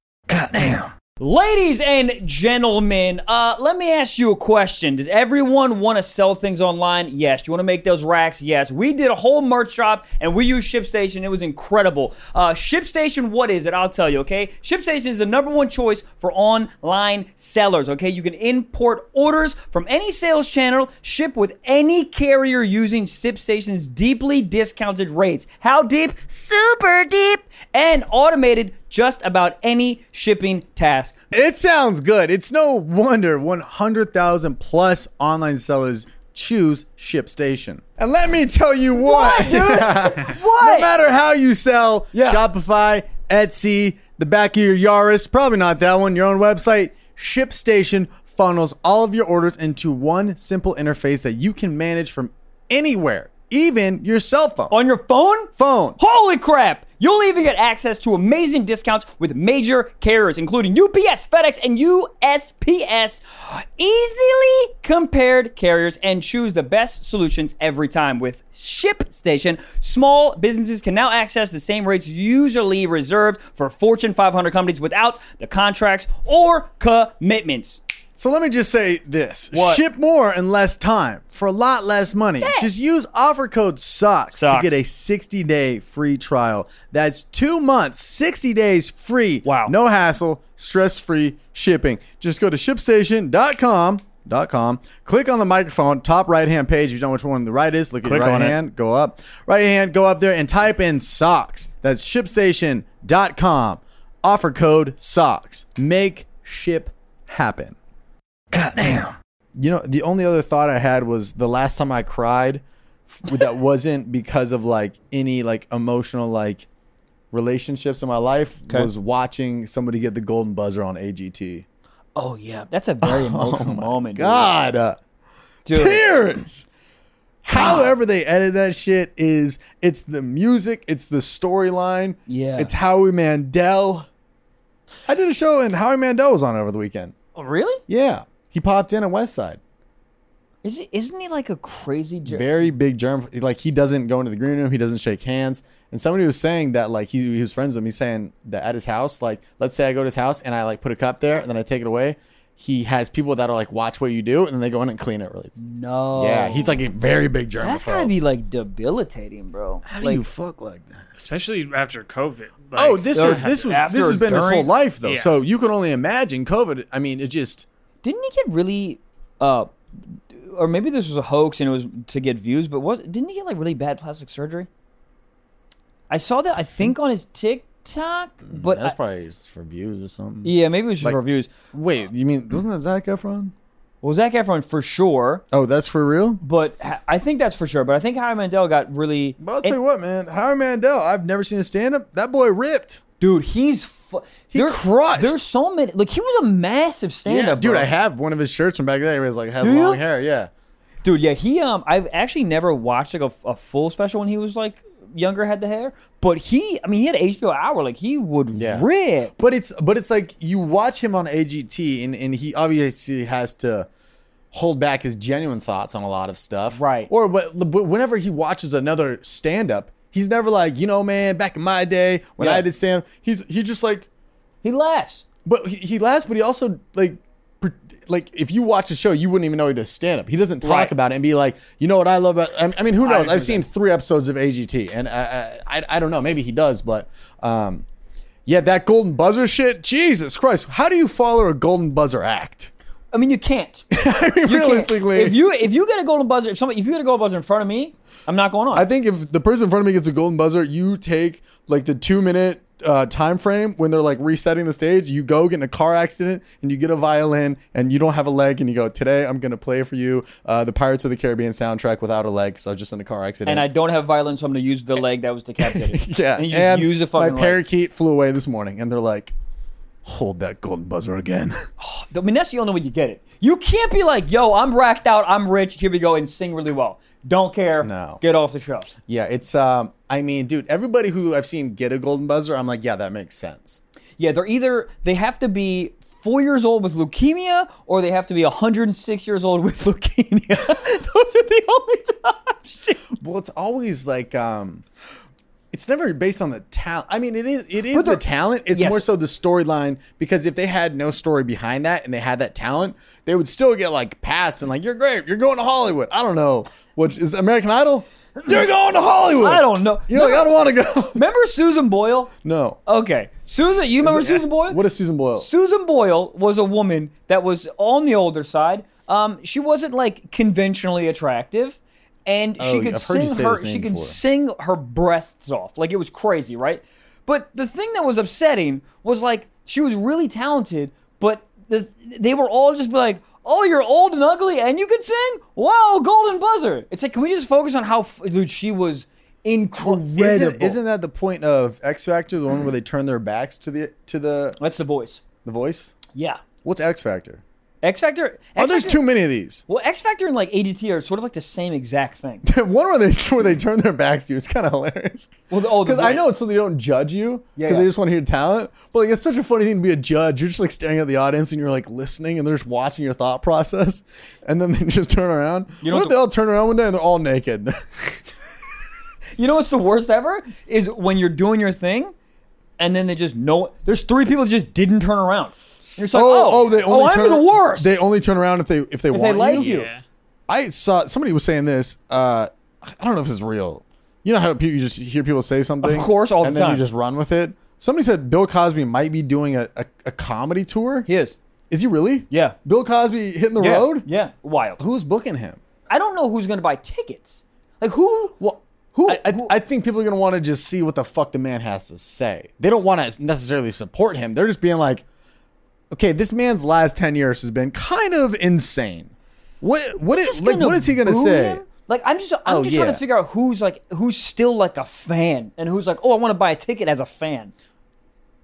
[SPEAKER 1] Goddamn. Ladies and gentlemen, uh, let me ask you a question. Does everyone want to sell things online? Yes. Do you want to make those racks? Yes. We did a whole merch shop and we used ShipStation. It was incredible. Uh, ShipStation, what is it? I'll tell you, okay? ShipStation is the number one choice for online sellers, okay? You can import orders from any sales channel, ship with any carrier using ShipStation's deeply discounted rates. How deep? Super deep. And automated just about any shipping task.
[SPEAKER 2] It sounds good. It's no wonder 100,000 plus online sellers choose ShipStation. And let me tell you what,
[SPEAKER 1] What, dude?
[SPEAKER 2] no
[SPEAKER 1] What?
[SPEAKER 2] matter how you sell,
[SPEAKER 1] Yeah.
[SPEAKER 2] Shopify, Etsy, the back of your Yaris, probably not that one, your own website, ShipStation funnels all of your orders into one simple interface that you can manage from anywhere, even your cell phone.
[SPEAKER 1] On your phone?
[SPEAKER 2] phone.
[SPEAKER 1] Holy crap! You'll even get access to amazing discounts with major carriers, including UPS, FedEx, and USPS. Easily compared carriers and choose the best solutions every time. With ShipStation, small businesses can now access the same rates usually reserved for Fortune 500 companies without the contracts or commitments.
[SPEAKER 2] So let me just say this:
[SPEAKER 1] What?
[SPEAKER 2] ship more in less time for a lot less money. Just use offer code
[SPEAKER 1] Socks.
[SPEAKER 2] SOCKS, to get a 60-day free trial. That's two months, 60 days free.
[SPEAKER 1] Wow.
[SPEAKER 2] No hassle, stress-free shipping. Just go to shipstation.com com. Click on the microphone, top right hand page. If you don't know which one the right is, look
[SPEAKER 3] Click
[SPEAKER 2] at your right
[SPEAKER 3] on it.
[SPEAKER 2] hand, go up. Right hand, go up there and type in socks. That's shipstation.com. Offer code socks. Make ship happen. Goddamn. You know, the only other thought I had was the last time I cried f- that wasn't because of like any like emotional like relationships in my life
[SPEAKER 1] Okay.
[SPEAKER 2] was watching somebody get the golden buzzer on AGT.
[SPEAKER 1] Oh yeah, that's a very emotional moment. dude.
[SPEAKER 2] God. uh,
[SPEAKER 1] Dude.
[SPEAKER 2] tears. However they edit that shit is it's the music, it's the storyline,
[SPEAKER 1] Yeah.
[SPEAKER 2] it's Howie Mandel. I did a show and Howie Mandel was on over the weekend.
[SPEAKER 1] Oh, really?
[SPEAKER 2] Yeah, he popped in at West Side.
[SPEAKER 1] Is he, isn't he like a crazy jerk?
[SPEAKER 2] Very big germ. Like he doesn't go into the green room, he doesn't shake hands. And somebody was saying that like he, he was friends with him. He's saying that at his house, like let's say I go to his house and I like put a cup there and then I take it away. He has people that are like watch what you do and then they go in and clean it. Really,
[SPEAKER 1] no.
[SPEAKER 2] yeah, he's like a very big germ.
[SPEAKER 1] That's gotta be like debilitating, bro.
[SPEAKER 2] How
[SPEAKER 1] like,
[SPEAKER 2] do you fuck like that?
[SPEAKER 4] especially after COVID. Like,
[SPEAKER 2] Oh, this
[SPEAKER 1] Or
[SPEAKER 2] was this was
[SPEAKER 1] after
[SPEAKER 2] this has
[SPEAKER 1] or
[SPEAKER 2] been his whole
[SPEAKER 1] during?
[SPEAKER 2] life though.
[SPEAKER 4] Yeah.
[SPEAKER 2] So you can only imagine COVID. I mean, it just
[SPEAKER 1] didn't he get really uh or maybe this was a hoax and it was to get views but what didn't he get like really bad plastic surgery i saw that i think on his tiktok but
[SPEAKER 2] Mm, that's
[SPEAKER 1] I-
[SPEAKER 2] probably just for views or something.
[SPEAKER 1] yeah maybe it was just
[SPEAKER 2] Like-
[SPEAKER 1] for views
[SPEAKER 2] Wait, you mean wasn't that Zac Efron?
[SPEAKER 1] well zach efron for sure
[SPEAKER 2] Oh, that's for real.
[SPEAKER 1] but ha- i think that's for sure but i think howie mandel got really
[SPEAKER 2] But I'll
[SPEAKER 1] and-
[SPEAKER 2] tell you what, man, Howie Mandel. I've never seen a stand up. That boy ripped.
[SPEAKER 1] dude he's fu-
[SPEAKER 2] He
[SPEAKER 1] there-
[SPEAKER 2] crushed.
[SPEAKER 1] there's so many like he was a massive stand-up
[SPEAKER 2] yeah, dude,
[SPEAKER 1] bro.
[SPEAKER 2] I have one of his shirts from back then. He was like has
[SPEAKER 1] Do you?
[SPEAKER 2] long hair. Yeah,
[SPEAKER 1] Dude, yeah, he um, I've actually never watched like a, a full special when he was like younger, had the hair. But he, I mean, he had HBO hour, like he would
[SPEAKER 2] Yeah.
[SPEAKER 1] rip.
[SPEAKER 2] but it's but it's like you watch him on AGT, and and he obviously has to hold back his genuine thoughts on a lot of stuff,
[SPEAKER 1] Right.
[SPEAKER 2] Or but, but whenever he watches another stand up, he's never like, you know, man, back in my day when I
[SPEAKER 1] Yeah.
[SPEAKER 2] did stand, he's he just like,
[SPEAKER 1] He laughs.
[SPEAKER 2] but he, he laughs, but he also like. pr- Like if you watch the show, you wouldn't even know he does stand up. He doesn't talk
[SPEAKER 1] Right.
[SPEAKER 2] about it and be like, you know what I love about. I I mean, who knows?
[SPEAKER 4] agree
[SPEAKER 2] I've
[SPEAKER 4] with
[SPEAKER 2] seen three episodes of AGT, and I, I I I don't know. Maybe he does, but um, yeah, that golden buzzer shit. Jesus Christ, how do you follow a golden buzzer act?
[SPEAKER 1] I mean, you can't.
[SPEAKER 2] I mean,
[SPEAKER 1] You can't.
[SPEAKER 2] realistically,
[SPEAKER 1] if you if you get a golden buzzer, if somebody if you get a golden buzzer in front of me, I'm not going on.
[SPEAKER 2] I think if the person in front of me gets a golden buzzer, you take like the two minute uh, time frame when they're like resetting the stage. You go get in a car accident and you get a violin and you don't have a leg and you go, Today I'm going to play for you uh, the Pirates of the Caribbean soundtrack without a leg. So I was just in a car accident.
[SPEAKER 1] and I don't have violence, so I'm gonna use the leg that was decapitated.
[SPEAKER 2] yeah.
[SPEAKER 1] and you just use the fucking.
[SPEAKER 2] My
[SPEAKER 1] leg.
[SPEAKER 2] parakeet flew away this morning and they're like, Hold that golden buzzer again.
[SPEAKER 1] I mean, that's the only way you get it. You can't be like, "Yo, I'm racked out, I'm rich. Here we go," and sing really well. Don't care.
[SPEAKER 2] No.
[SPEAKER 1] Get off the show.
[SPEAKER 2] yeah. It's, um, I mean, dude, everybody who I've seen get a golden buzzer, I'm like, Yeah, that makes sense.
[SPEAKER 1] Yeah, they're either they have to be four years old with leukemia, or they have to be 106 years old with leukemia. Those are the only top shit.
[SPEAKER 2] Well, it's always like um it's never based on the talent. I mean, it is it is
[SPEAKER 1] But
[SPEAKER 2] the
[SPEAKER 1] they're-
[SPEAKER 2] talent. It's
[SPEAKER 1] Yes.
[SPEAKER 2] more so the storyline because if they had no story behind that and they had that talent, they would still get like passed and like you're great, you're going to Hollywood. I don't know, which is American Idol. You're going to Hollywood.
[SPEAKER 1] I don't know.
[SPEAKER 2] You're like I don't want to go.
[SPEAKER 1] Remember Susan Boyle?
[SPEAKER 2] no.
[SPEAKER 1] Okay, Susan, you remember Susan Boyle?
[SPEAKER 2] What is Susan Boyle?
[SPEAKER 1] Susan Boyle was a woman that was on the older side. Um, she wasn't like conventionally attractive, and she
[SPEAKER 2] Oh,
[SPEAKER 1] could
[SPEAKER 2] I've heard you
[SPEAKER 1] sing
[SPEAKER 2] say
[SPEAKER 1] her
[SPEAKER 2] this
[SPEAKER 1] she
[SPEAKER 2] name
[SPEAKER 1] could
[SPEAKER 2] before.
[SPEAKER 1] sing her breasts off. Like it was crazy, right? But the thing that was upsetting was like she was really talented, but the, they were all just like, "Oh, you're old and ugly, and you can sing? Wow, golden buzzer!" It's like, can we just focus on how, f- dude? She was incredible.
[SPEAKER 2] Isn't, isn't that the point of X Factor, the one where they turn their backs to the to the
[SPEAKER 1] That's the voice.
[SPEAKER 2] the voice?
[SPEAKER 1] Yeah,
[SPEAKER 2] What's X Factor?
[SPEAKER 1] X Factor.
[SPEAKER 2] Oh, there's
[SPEAKER 1] X Factor-
[SPEAKER 2] too many of these.
[SPEAKER 1] Well, X Factor and like ADT are sort of like the same exact thing.
[SPEAKER 2] one where they where they turn their backs to you. It's kind of hilarious.
[SPEAKER 1] Well, the- oh, the
[SPEAKER 2] because I
[SPEAKER 1] voice.
[SPEAKER 2] know it's so they don't judge you
[SPEAKER 1] Yeah,
[SPEAKER 2] because they
[SPEAKER 1] yeah.
[SPEAKER 2] just want to hear talent. But like, it's such a funny thing to be a judge. You're just like staring at the audience and you're like listening and they're just watching your thought process, and then they just turn around.
[SPEAKER 1] You know
[SPEAKER 2] what
[SPEAKER 1] what
[SPEAKER 2] if
[SPEAKER 1] the-
[SPEAKER 2] they all turn around one day and they're all naked?
[SPEAKER 1] You know what's the worst ever is when you're doing your thing, and then they just know. There's three people that just didn't turn around. You're just like, oh, oh,
[SPEAKER 2] they only
[SPEAKER 1] I'm
[SPEAKER 2] turn,
[SPEAKER 1] the worst.
[SPEAKER 2] They only turn around if they if they
[SPEAKER 1] if they
[SPEAKER 2] want
[SPEAKER 1] like
[SPEAKER 2] you.
[SPEAKER 1] you.
[SPEAKER 4] yeah.
[SPEAKER 2] I saw somebody was saying this. Uh, I don't know if this is real. You know how people you just hear people say something,
[SPEAKER 1] Of course, all
[SPEAKER 2] and
[SPEAKER 1] the
[SPEAKER 2] then
[SPEAKER 1] time.
[SPEAKER 2] you just run with it. Somebody said Bill Cosby might be doing a, a, a comedy tour.
[SPEAKER 1] He is.
[SPEAKER 2] Is he really?
[SPEAKER 1] Yeah.
[SPEAKER 2] Bill Cosby hitting the
[SPEAKER 1] Yeah.
[SPEAKER 2] road?
[SPEAKER 1] Yeah. Wild.
[SPEAKER 2] Who's booking him?
[SPEAKER 1] I don't know who's gonna buy tickets. Like who?
[SPEAKER 2] Well, who? I, I, I think people are gonna want to just see what the fuck the man has to say. They don't want to necessarily support him. They're just being like, okay, this man's last ten years has been kind of insane. What? What? Is,
[SPEAKER 1] just
[SPEAKER 2] like, what is he gonna
[SPEAKER 1] boo
[SPEAKER 2] say?
[SPEAKER 1] him? Like I'm just I'm
[SPEAKER 2] Oh,
[SPEAKER 1] just trying
[SPEAKER 2] yeah.
[SPEAKER 1] to figure out who's like who's still like a fan and who's like oh I want to buy a ticket as a fan.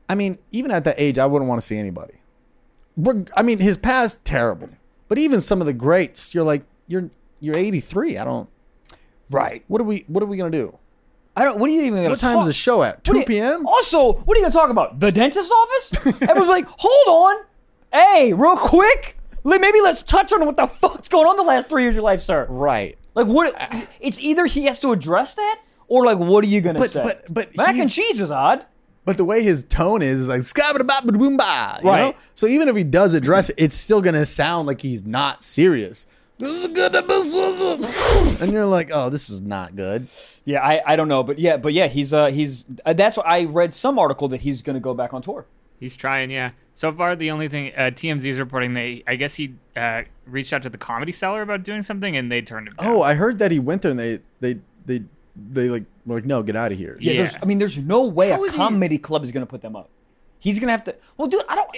[SPEAKER 2] I mean, even at that age, I wouldn't want to see anybody. Reg- I mean, his past terrible, but even some of the greats, you're like, you're you're 83. I don't.
[SPEAKER 1] Right.
[SPEAKER 2] What are we? What are we gonna do?
[SPEAKER 1] I don't. What are you even? Gonna
[SPEAKER 2] What time's
[SPEAKER 1] talk-
[SPEAKER 2] the show at?
[SPEAKER 1] what are
[SPEAKER 2] 2
[SPEAKER 1] you-
[SPEAKER 2] p.m.
[SPEAKER 1] Also, what are you gonna talk about? The dentist's office? Everyone's like, hold on, hey, real quick. Let- Maybe let's touch on what the fuck's going on the last three years of your life, sir.
[SPEAKER 2] Right.
[SPEAKER 1] Like what? It's either he has to address that, or like, what are you gonna
[SPEAKER 2] But-
[SPEAKER 1] say?
[SPEAKER 2] but- but
[SPEAKER 1] mac and
[SPEAKER 2] he's-
[SPEAKER 1] cheese is odd.
[SPEAKER 2] But the way his tone is, is like "Skabadababadabumba," you
[SPEAKER 1] Right.
[SPEAKER 2] know? So even if he does address it, it's still gonna sound like he's not serious. This is good. And you're like, oh, this is not good.
[SPEAKER 1] Yeah, I, I don't know, but yeah, but yeah, he's uh he's uh, that's why I read some article that he's gonna go back on tour.
[SPEAKER 3] He's trying, yeah. So far, the only thing uh, TMZ is reporting, they I guess he uh, reached out to the Comedy Cellar about doing something, and they turned him down.
[SPEAKER 2] Oh, I heard that he went there and they they they they like were like, no, get out of here.
[SPEAKER 1] Yeah, there's,
[SPEAKER 3] Yeah.
[SPEAKER 1] I mean, there's no way
[SPEAKER 2] How
[SPEAKER 1] a
[SPEAKER 2] is he-
[SPEAKER 1] comedy club is gonna put them up. He's gonna have to. Well, dude, I don't.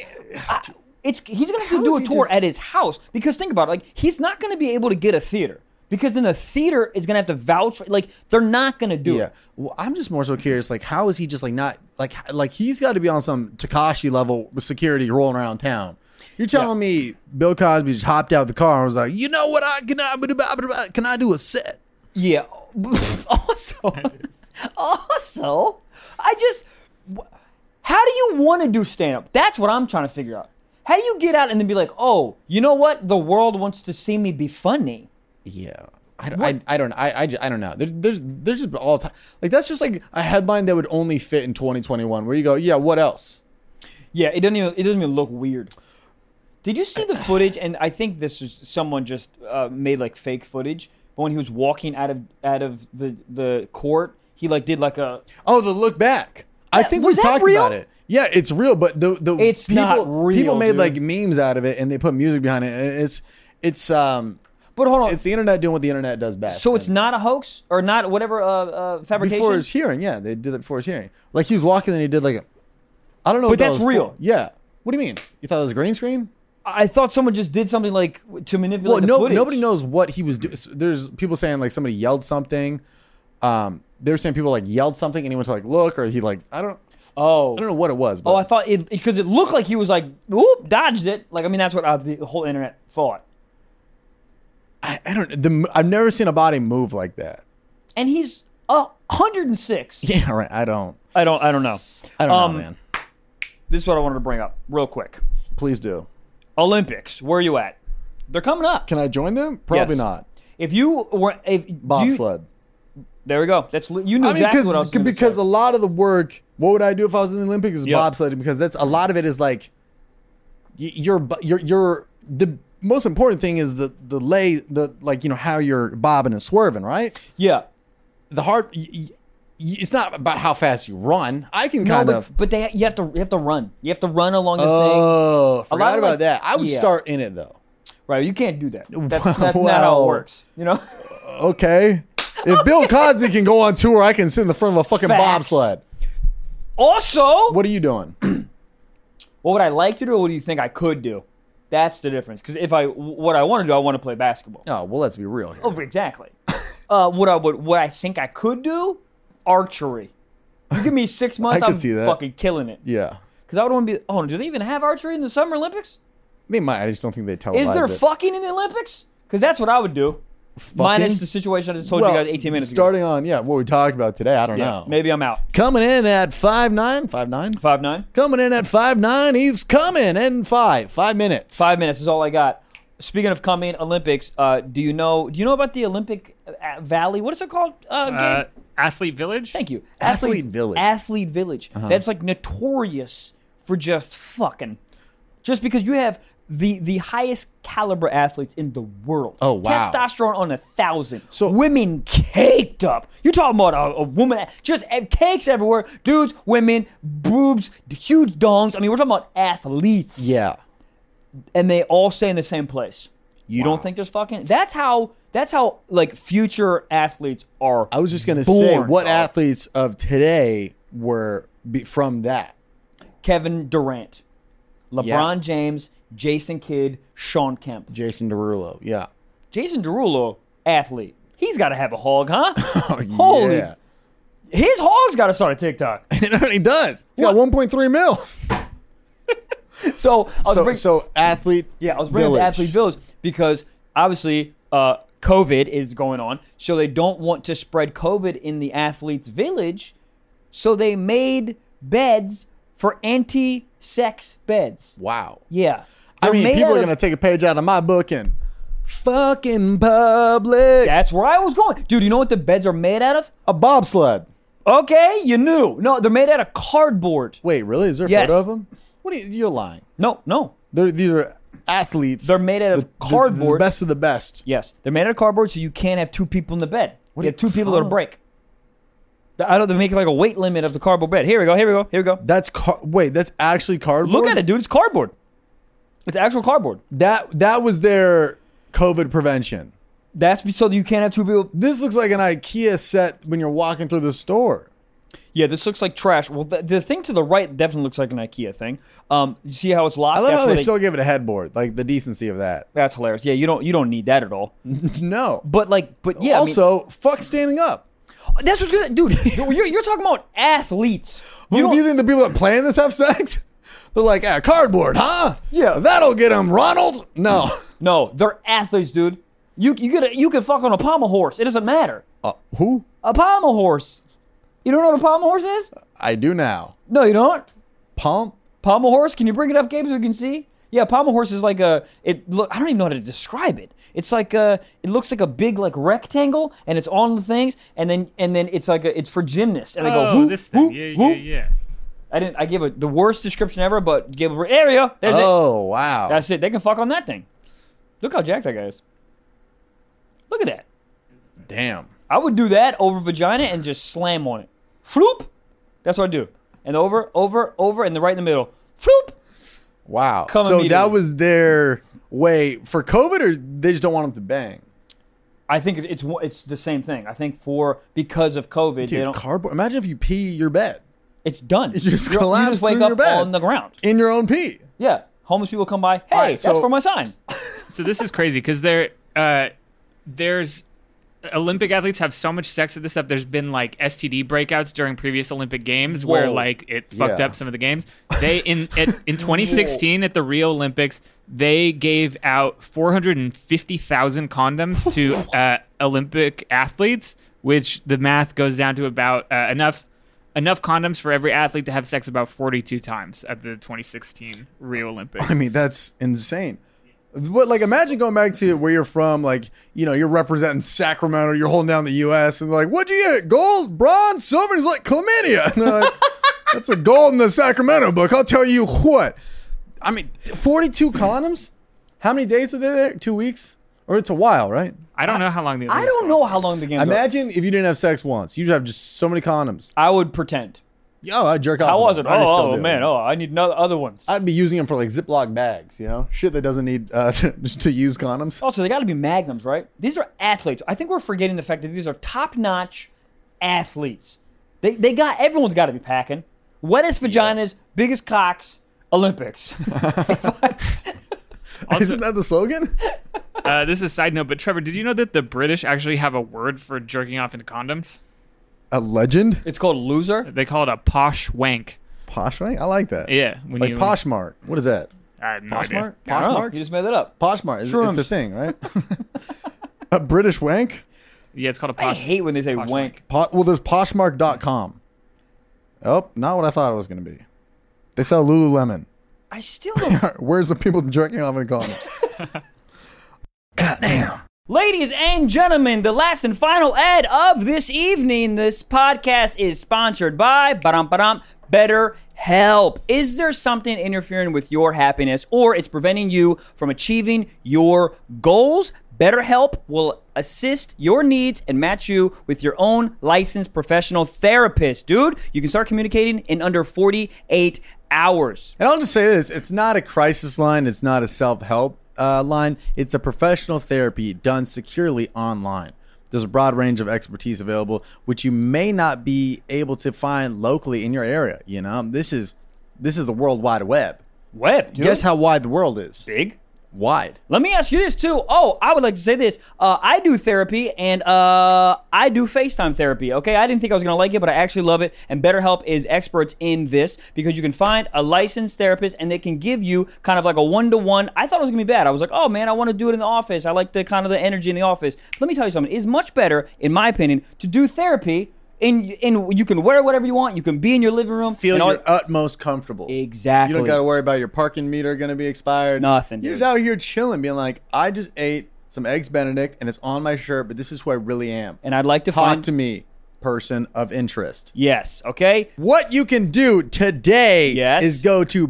[SPEAKER 1] I, it's he's gonna have to
[SPEAKER 2] How
[SPEAKER 1] do a
[SPEAKER 2] is he
[SPEAKER 1] tour
[SPEAKER 2] just-
[SPEAKER 1] at his house because think about it, like he's not gonna be able to get a theater because then the theater is gonna have to vouch. For, like they're not gonna do
[SPEAKER 2] Yeah.
[SPEAKER 1] it.
[SPEAKER 2] Well, I'm just more so curious, like, how is he just like not like like he's got to be on some Takashi level with security rolling around town. You're telling me Bill Cosby just hopped out of the car and was like, you know what? I can I can I do a set?
[SPEAKER 1] Yeah. also, also, I just, wh- how do you want to do stand up? That's what I'm trying to figure out. How do you get out and then be like, oh, you know what? The world wants to see me be funny.
[SPEAKER 2] Yeah. I, don't- I, I don't I, I, ju- I don't know. There's there's there's just all time like that's just like a headline that would only fit in 2021 where you go yeah what else
[SPEAKER 1] Yeah, it doesn't even it doesn't even look weird. Did you see the footage? And I think this is someone just uh, made like fake footage. But when he was walking out of out of the the court, he like did like a
[SPEAKER 2] oh the look back I
[SPEAKER 1] Yeah,
[SPEAKER 2] think
[SPEAKER 1] was that
[SPEAKER 2] we talked
[SPEAKER 1] real?
[SPEAKER 2] about it yeah it's real but the the
[SPEAKER 1] It's
[SPEAKER 2] people
[SPEAKER 1] not real,
[SPEAKER 2] people made
[SPEAKER 1] dude.
[SPEAKER 2] like memes out of it and they put music behind it and it's it's um
[SPEAKER 1] but hold on.
[SPEAKER 2] it's the internet doing what the internet does best
[SPEAKER 1] so it's
[SPEAKER 2] And
[SPEAKER 1] not a hoax or not whatever uh, uh fabrication.
[SPEAKER 2] before his hearing yeah they did it before his hearing like he was walking and he did like a, I don't know
[SPEAKER 1] But
[SPEAKER 2] what that
[SPEAKER 1] that's
[SPEAKER 2] was for.
[SPEAKER 1] real.
[SPEAKER 2] yeah what do you mean you thought it was green screen
[SPEAKER 1] I thought someone just did something like to manipulate.
[SPEAKER 2] well,
[SPEAKER 1] the
[SPEAKER 2] no,
[SPEAKER 1] footage.
[SPEAKER 2] nobody knows what he was doing. There's people saying like somebody yelled something. Um, they were saying people like yelled something, and he went to like look, or he like I don't,
[SPEAKER 1] Oh,
[SPEAKER 2] I don't know what it was. But
[SPEAKER 1] oh, I thought it because it looked like he was like, whoop, dodged it. Like I mean, that's what uh the whole internet thought.
[SPEAKER 2] I, I don't. The, m- I've never seen a body move like that.
[SPEAKER 1] And he's uh, 106.
[SPEAKER 2] Yeah, right. I don't.
[SPEAKER 1] I don't. I don't know.
[SPEAKER 2] I don't
[SPEAKER 1] Um,
[SPEAKER 2] know, man.
[SPEAKER 1] This is what I wanted to bring up real quick.
[SPEAKER 2] Please do.
[SPEAKER 1] Olympics. Where are you at? They're coming up.
[SPEAKER 2] Can I join them? Probably
[SPEAKER 1] Yes.
[SPEAKER 2] not.
[SPEAKER 1] If you were, if you,
[SPEAKER 2] Bobsled.
[SPEAKER 1] There we go. That's li- you knew
[SPEAKER 2] I mean,
[SPEAKER 1] exactly
[SPEAKER 2] cause,
[SPEAKER 1] what I was
[SPEAKER 2] c-
[SPEAKER 1] gonna
[SPEAKER 2] because
[SPEAKER 1] say.
[SPEAKER 2] a lot of the work. What would I do if I was in the Olympics? Is
[SPEAKER 1] Yep.
[SPEAKER 2] bobsledding because that's a lot of it is like y- your bu- your your the most important thing is the the lay the like you know how you're bobbing and swerving right.
[SPEAKER 1] yeah.
[SPEAKER 2] The hard y- y- y- it's not about how fast you run. I can
[SPEAKER 1] No,
[SPEAKER 2] kind
[SPEAKER 1] but,
[SPEAKER 2] of.
[SPEAKER 1] but they you have to you have to run. You have to run along the thing.
[SPEAKER 2] Oh,
[SPEAKER 1] lot
[SPEAKER 2] forgot
[SPEAKER 1] of,
[SPEAKER 2] about
[SPEAKER 1] like-
[SPEAKER 2] that. I would
[SPEAKER 1] yeah.
[SPEAKER 2] start in it though.
[SPEAKER 1] Right. You can't do that. That's, that's not how
[SPEAKER 2] Well.
[SPEAKER 1] it works. You know.
[SPEAKER 2] Okay. If Bill Cosby can go on tour, I can sit in the front of a fucking
[SPEAKER 1] Facts.
[SPEAKER 2] bobsled.
[SPEAKER 1] also,
[SPEAKER 2] What are you doing?
[SPEAKER 1] what would I like to do? or What do you think I could do? That's the difference. Because if I what I want to do, I want to play basketball.
[SPEAKER 2] Oh, well, let's be real here.
[SPEAKER 1] Oh, exactly. uh, what I would what I think I could do? Archery. You give me six months,
[SPEAKER 2] can
[SPEAKER 1] I'm
[SPEAKER 2] see that.
[SPEAKER 1] fucking killing it.
[SPEAKER 2] Yeah.
[SPEAKER 1] Because I would want to be. Oh, do they even have archery in the Summer Olympics?
[SPEAKER 2] They might. I just don't think they televise
[SPEAKER 1] Is there
[SPEAKER 2] it.
[SPEAKER 1] fucking in the Olympics? Because that's what I would do. Minus
[SPEAKER 2] Fucking?
[SPEAKER 1] the situation I just told you guys 18 minutes ago.
[SPEAKER 2] starting on yeah what we talked about today. I don't
[SPEAKER 1] Yeah,
[SPEAKER 2] know.
[SPEAKER 1] Maybe I'm out.
[SPEAKER 2] Coming in at five nine, five nine.
[SPEAKER 1] Five nine.
[SPEAKER 2] Coming in at five nine. He's coming in five five minutes.
[SPEAKER 1] Five minutes is all I got. Speaking of coming Olympics, uh, do you know do you know about the Olympic uh, Valley? What is it called? Uh, game?
[SPEAKER 3] Uh, Athlete Village.
[SPEAKER 1] Thank you.
[SPEAKER 2] Athlete Village. Uh-huh.
[SPEAKER 1] Athlete Village. That's like notorious for just fucking. Just because you have the the highest caliber athletes in the world.
[SPEAKER 2] Oh, wow.
[SPEAKER 1] Testosterone on a thousand.
[SPEAKER 2] So-
[SPEAKER 1] women caked up. You're talking about a, a woman just ev- cakes everywhere. Dudes, women, boobs, huge dongs. I mean, we're talking about athletes.
[SPEAKER 2] Yeah.
[SPEAKER 1] and they all stay in the same place. You don't think there's fucking? That's how. That's how like future athletes are.
[SPEAKER 2] I was just gonna say
[SPEAKER 1] Born,
[SPEAKER 2] what
[SPEAKER 1] dog.
[SPEAKER 2] athletes of today were be, from that.
[SPEAKER 1] Kevin Durant, LeBron James, Jason Kidd, Sean Kemp,
[SPEAKER 2] Jason Derulo, yeah.
[SPEAKER 1] Jason Derulo, athlete. He's got to have a hog, huh?
[SPEAKER 2] Oh,
[SPEAKER 1] Holy-
[SPEAKER 2] yeah.
[SPEAKER 1] His hog's got to start a TikTok.
[SPEAKER 2] it already does. It's got 1.3 mil.
[SPEAKER 1] So I was
[SPEAKER 2] So,
[SPEAKER 1] bring-
[SPEAKER 2] so athlete.
[SPEAKER 1] Yeah, I was bringing up
[SPEAKER 2] village.
[SPEAKER 1] the athlete village because obviously uh, COVID is going on, so they don't want to spread COVID in the athletes' village. So they made beds for anti-sex beds.
[SPEAKER 2] Wow.
[SPEAKER 1] Yeah,
[SPEAKER 2] I
[SPEAKER 1] They're
[SPEAKER 2] mean,
[SPEAKER 1] made
[SPEAKER 2] people
[SPEAKER 1] out
[SPEAKER 2] are
[SPEAKER 1] of-
[SPEAKER 2] gonna take a page out of my book and fucking public
[SPEAKER 1] That's where I was going, dude. You know what the beds are made out of?
[SPEAKER 2] a bobsled.
[SPEAKER 1] Okay, you knew. No, they're made out of cardboard.
[SPEAKER 2] Wait, really? Is there a
[SPEAKER 1] Yes.
[SPEAKER 2] photo of them? What are you, you're lying.
[SPEAKER 1] No, no.
[SPEAKER 2] They're, these are athletes.
[SPEAKER 1] They're made out of cardboard.
[SPEAKER 2] The, best of the best.
[SPEAKER 1] Yes, they're made out of cardboard, so you can't have two people in the bed.
[SPEAKER 2] What
[SPEAKER 1] you
[SPEAKER 2] do
[SPEAKER 1] have
[SPEAKER 2] you-
[SPEAKER 1] two people that'll
[SPEAKER 2] huh.
[SPEAKER 1] break. I don't. They make like a weight limit of the cardboard bed. Here we go. Here we go. Here we go.
[SPEAKER 2] That's car- wait. That's actually cardboard.
[SPEAKER 1] Look at it, dude. It's cardboard. It's actual cardboard.
[SPEAKER 2] That that was their COVID prevention.
[SPEAKER 1] That's be- so that you can't have two people.
[SPEAKER 2] This looks like an IKEA set when you're walking through the store.
[SPEAKER 1] Yeah, this looks like trash. Well, the, the thing to the right definitely looks like an IKEA thing. Um, you see how it's locked?
[SPEAKER 2] I love
[SPEAKER 1] That's
[SPEAKER 2] how
[SPEAKER 1] where
[SPEAKER 2] they still give it a headboard. Like the decency of that.
[SPEAKER 1] That's hilarious. Yeah, you don't you don't need that at all.
[SPEAKER 2] No.
[SPEAKER 1] But like, but yeah. I mean-
[SPEAKER 2] also, fuck standing up.
[SPEAKER 1] that's what's gonna, dude. You're, you're talking about athletes. You
[SPEAKER 2] Who
[SPEAKER 1] don't-
[SPEAKER 2] do you think the people that plan this have sex? They're like, ah, cardboard, huh?
[SPEAKER 1] Yeah.
[SPEAKER 2] That'll get him, Ronald. No.
[SPEAKER 1] no, they're athletes, dude. You you could you could fuck on a pommel horse. It doesn't matter.
[SPEAKER 2] Uh, who?
[SPEAKER 1] A pommel horse. You don't know what a pommel horse is?
[SPEAKER 2] I do now.
[SPEAKER 1] No, you don't.
[SPEAKER 2] Pump.
[SPEAKER 1] pommel horse. Can you bring it up, Gabe, so we can see? Yeah, pommel horse is like a. It look. I don't even know how to describe it. It's like a. It looks like a big like rectangle, and it's on the things, and then and then it's like a. It's for gymnasts, and they go.
[SPEAKER 3] oh,
[SPEAKER 1] whoop,
[SPEAKER 3] this thing.
[SPEAKER 1] whoop,
[SPEAKER 3] yeah,
[SPEAKER 1] whoop.
[SPEAKER 3] yeah, yeah.
[SPEAKER 1] I didn't. I gave a the worst description ever, but gave a area. There's it.
[SPEAKER 2] Oh, wow.
[SPEAKER 1] That's it. They can fuck on that thing. Look how jacked that guy is. Look at that.
[SPEAKER 2] Damn.
[SPEAKER 1] I would do that over vagina and just slam on it. Floop. That's what I do. And over, over, over, and the right in the middle. Floop.
[SPEAKER 2] Wow.
[SPEAKER 1] Come
[SPEAKER 2] so
[SPEAKER 1] immediately.
[SPEAKER 2] that was their way for COVID, or they just don't want him to bang?
[SPEAKER 1] I think it's one- it's the same thing. I think for because of COVID, they
[SPEAKER 2] Dude,
[SPEAKER 1] don't,
[SPEAKER 2] cardboard. Imagine if you pee your bed
[SPEAKER 1] it's done.
[SPEAKER 2] You just
[SPEAKER 1] You're- you
[SPEAKER 2] collapse
[SPEAKER 1] just wake
[SPEAKER 2] through
[SPEAKER 1] up
[SPEAKER 2] your bed.
[SPEAKER 1] on the ground.
[SPEAKER 2] in your own pee.
[SPEAKER 1] Yeah, homeless people come by. Hey,
[SPEAKER 2] right,
[SPEAKER 1] that's
[SPEAKER 2] so-
[SPEAKER 1] for my sign.
[SPEAKER 3] So this is crazy because there, uh, there's Olympic athletes have so much sex at this stuff. There's been like STD breakouts during previous Olympic games where
[SPEAKER 1] Whoa.
[SPEAKER 3] like it fucked
[SPEAKER 2] Yeah.
[SPEAKER 3] up some of the games. They in at, in 2016 at the Rio Olympics they gave out 450,000 condoms to uh, Olympic athletes, which the math goes down to about uh, enough. Enough condoms for every athlete to have sex about 42 times at the 2016 Rio Olympics.
[SPEAKER 2] I mean, that's insane. But like, imagine going back to where you're from. Like, you know, you're representing Sacramento. You're holding down the U.S. and like, what'd you get? Gold, bronze, silver? And It's like chlamydia. And they're like, that's a gold in the Sacramento book. I'll tell you what. I mean, 42 condoms. How many days are they there? Two weeks? Or it's a while, right?
[SPEAKER 3] I don't know how long the
[SPEAKER 1] I
[SPEAKER 3] Olympics
[SPEAKER 1] don't
[SPEAKER 3] go
[SPEAKER 1] know
[SPEAKER 3] on.
[SPEAKER 1] how long the game. Imagine-
[SPEAKER 2] Imagine if you didn't have sex once. You'd have just so many condoms.
[SPEAKER 1] I would pretend.
[SPEAKER 2] Yo, I jerk off.
[SPEAKER 1] How
[SPEAKER 2] with
[SPEAKER 1] was it?
[SPEAKER 2] them. I just still
[SPEAKER 1] Oh, oh
[SPEAKER 2] do.
[SPEAKER 1] man. Oh, I need no other ones.
[SPEAKER 2] I'd be using them for like Ziploc bags, you know, shit that doesn't need uh, just to use condoms.
[SPEAKER 1] also, they got to be magnums, right? These are athletes. I think we're forgetting the fact that these are top-notch athletes. They they got everyone's got to be packing. Wettest vaginas, biggest cocks, Olympics.
[SPEAKER 2] Isn't that the slogan?
[SPEAKER 3] Uh, this is a side note, but Trevor, did you know that the British actually have a word for jerking off into condoms?
[SPEAKER 2] A legend?
[SPEAKER 1] it's called loser.
[SPEAKER 3] They call it a posh wank.
[SPEAKER 2] Posh rank? I like that.
[SPEAKER 3] Yeah, when
[SPEAKER 2] Like
[SPEAKER 3] you
[SPEAKER 2] Poshmark. What is that?
[SPEAKER 3] I have no idea.
[SPEAKER 2] Poshmark?
[SPEAKER 1] I don't know. You
[SPEAKER 2] Poshmark?
[SPEAKER 1] just made that up.
[SPEAKER 2] Poshmark. It's, it's a
[SPEAKER 1] Shrooms.
[SPEAKER 2] thing, right? a British wank?
[SPEAKER 3] Yeah, it's called a
[SPEAKER 1] I
[SPEAKER 3] posh.
[SPEAKER 1] hate when they say
[SPEAKER 3] Posh
[SPEAKER 1] wank.
[SPEAKER 2] Po- well, there's Poshmark.com. Oh, not what I thought it was going to be. They sell Lululemon.
[SPEAKER 1] I still don't.
[SPEAKER 2] Where's the people jerking off in condoms?
[SPEAKER 1] Ladies and gentlemen, the last and final ad of this evening. This podcast is sponsored by Badum Badum Better Help. Is there something interfering with your happiness or it's preventing you from achieving your goals? BetterHelp will assist your needs and match you with your own licensed professional therapist. Dude, you can start communicating in under 48 hours.
[SPEAKER 2] And I'll just say this: it's not a crisis line. It's not a self-help uh, line. It's a professional therapy done securely online. There's a broad range of expertise available, which you may not be able to find locally in your area. You know, this is this is the World Wide Web.
[SPEAKER 1] Web, dude.
[SPEAKER 2] Guess how wide the world is?
[SPEAKER 1] big?
[SPEAKER 2] Wide.
[SPEAKER 1] Let me ask you this too. Oh, I would like to say this. Uh, I do therapy and uh, I do FaceTime therapy. Okay, I didn't think I was gonna like it, but I actually love it. And BetterHelp is experts in this because you can find a licensed therapist and they can give you kind of like a one to one. I thought it was gonna be bad. I was like, oh man, I want to do it in the office. I like the kind of the energy in the office. Let me tell you something. It's much better, in my opinion, to do therapy. And, and you can wear whatever you want. You can be in your living room.
[SPEAKER 2] Feel
[SPEAKER 1] and all-
[SPEAKER 2] your utmost comfortable.
[SPEAKER 1] exactly.
[SPEAKER 2] You don't got to worry about your parking meter going to be expired.
[SPEAKER 1] Nothing,
[SPEAKER 2] You're
[SPEAKER 1] dude.
[SPEAKER 2] just out here chilling, being like, I just ate some eggs Benedict and it's on my shirt, but this is who I really am.
[SPEAKER 1] and I'd like to
[SPEAKER 2] Talk
[SPEAKER 1] find.
[SPEAKER 2] to me, person of interest.
[SPEAKER 1] yes. Okay.
[SPEAKER 2] What you can do today
[SPEAKER 1] Yes.
[SPEAKER 2] is go to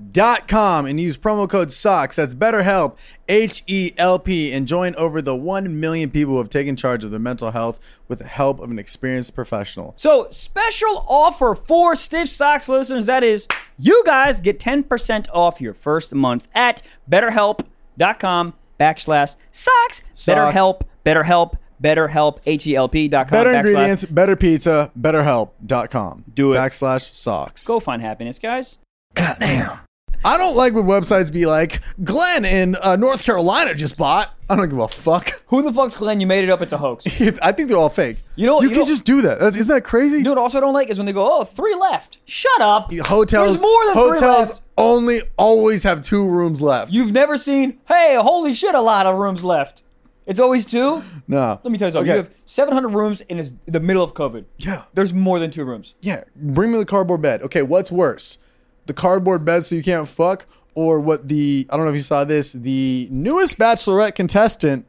[SPEAKER 2] betterhelp.com and use promo code SOCKS. That's BetterHelp, H E L P, and join over the 1 million people who have taken charge of their mental health with the help of an experienced professional.
[SPEAKER 1] So, special offer for Stiff Socks listeners that is, you guys get 10% off your first month at betterhelp.com backslash socks.
[SPEAKER 2] Socks.
[SPEAKER 1] BetterHelp, BetterHelp, BetterHelp, H-E-L-P dot com
[SPEAKER 2] Better
[SPEAKER 1] backslash.
[SPEAKER 2] ingredients, better pizza, betterhelp.com.
[SPEAKER 1] Do it.
[SPEAKER 2] Backslash socks.
[SPEAKER 1] Go find happiness, guys.
[SPEAKER 2] I don't like when websites be like, Glenn in uh, North Carolina just bought. I don't give a fuck.
[SPEAKER 1] Who the fuck's Glenn? You made it up. It's a hoax. You
[SPEAKER 2] I think they're all fake.
[SPEAKER 1] You know-
[SPEAKER 2] you,
[SPEAKER 1] you
[SPEAKER 2] can
[SPEAKER 1] know-
[SPEAKER 2] just do that. That- Isn't that crazy?
[SPEAKER 1] know what I also don't like is when they go, oh, three left. Shut up.
[SPEAKER 2] hotels
[SPEAKER 1] There's more than three
[SPEAKER 2] hotels
[SPEAKER 1] left.
[SPEAKER 2] only always have two rooms left.
[SPEAKER 1] You've never seen, hey, holy shit, a lot of rooms left. It's always two.
[SPEAKER 2] no.
[SPEAKER 1] Let me tell you something. You
[SPEAKER 2] Okay.
[SPEAKER 1] have 700 rooms in this- the middle of COVID.
[SPEAKER 2] Yeah.
[SPEAKER 1] There's more than two rooms.
[SPEAKER 2] Yeah, bring me the cardboard bed. Okay, what's worse? The cardboard bed so you can't fuck or what the I don't know if you saw this, the newest bachelorette contestant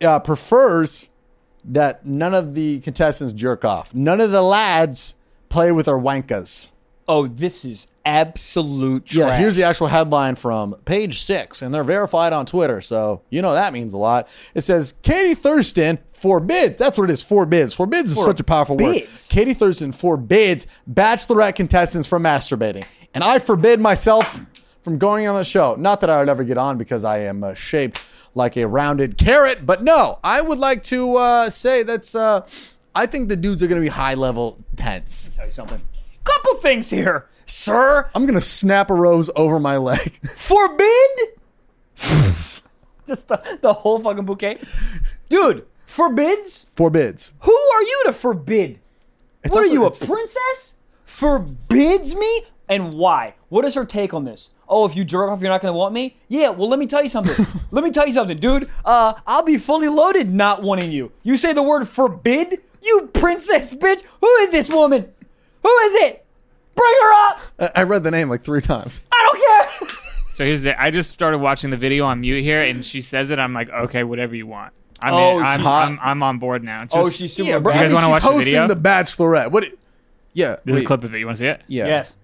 [SPEAKER 2] uh, prefers that none of the contestants jerk off. None of the lads play with their wankas.
[SPEAKER 1] Oh, this is absolute trash.
[SPEAKER 2] Yeah, here's the actual headline from page six, and they're verified on Twitter, so you know that means a lot. It says Katie Thurston forbids. That's what it is. Forbids. Forbids is such a powerful word.
[SPEAKER 1] Forbids.
[SPEAKER 2] Katie Thurston forbids bachelorette contestants from masturbating, and I forbid myself from going on the show. Not that I would ever get on because I am uh, shaped like a rounded carrot, but no, I would like to uh, say that's. Uh, I think the dudes are going to be high level tense.
[SPEAKER 1] tell you something. Couple things here, sir.
[SPEAKER 2] I'm going to snap a rose over my leg.
[SPEAKER 1] Forbid? Just the, the whole fucking bouquet. Dude, forbids?
[SPEAKER 2] forbids.
[SPEAKER 1] Who are you to forbid?
[SPEAKER 2] It's
[SPEAKER 1] what
[SPEAKER 2] also-
[SPEAKER 1] are you, a
[SPEAKER 2] it's-
[SPEAKER 1] princess? Forbids me? And why? What is her take on this? Oh, if you jerk off, you're not gonna want me? Yeah, well, let me tell you something. let me tell you something, dude. Uh, I'll be fully loaded not wanting you. You say the word forbid? You princess bitch! Who is this woman? Who is it? Bring her up!
[SPEAKER 2] I- I read the name like three times.
[SPEAKER 1] I don't care!
[SPEAKER 3] So here's the. I just started watching the video on mute here, and she says it. I'm like, okay, whatever you want. I mean,
[SPEAKER 1] Oh,
[SPEAKER 3] I'm,
[SPEAKER 1] she's
[SPEAKER 2] hot.
[SPEAKER 3] I'm, I'm on board now. Just,
[SPEAKER 1] Oh, she's super
[SPEAKER 2] bro,
[SPEAKER 1] bad.
[SPEAKER 3] You guys wanna
[SPEAKER 2] she's
[SPEAKER 3] watch the
[SPEAKER 2] hosting
[SPEAKER 3] video?
[SPEAKER 2] the, Bachelorette. What? It, yeah,
[SPEAKER 3] There's
[SPEAKER 2] wait,
[SPEAKER 3] a clip of it. You want to see it?
[SPEAKER 2] Yeah,
[SPEAKER 1] Yes.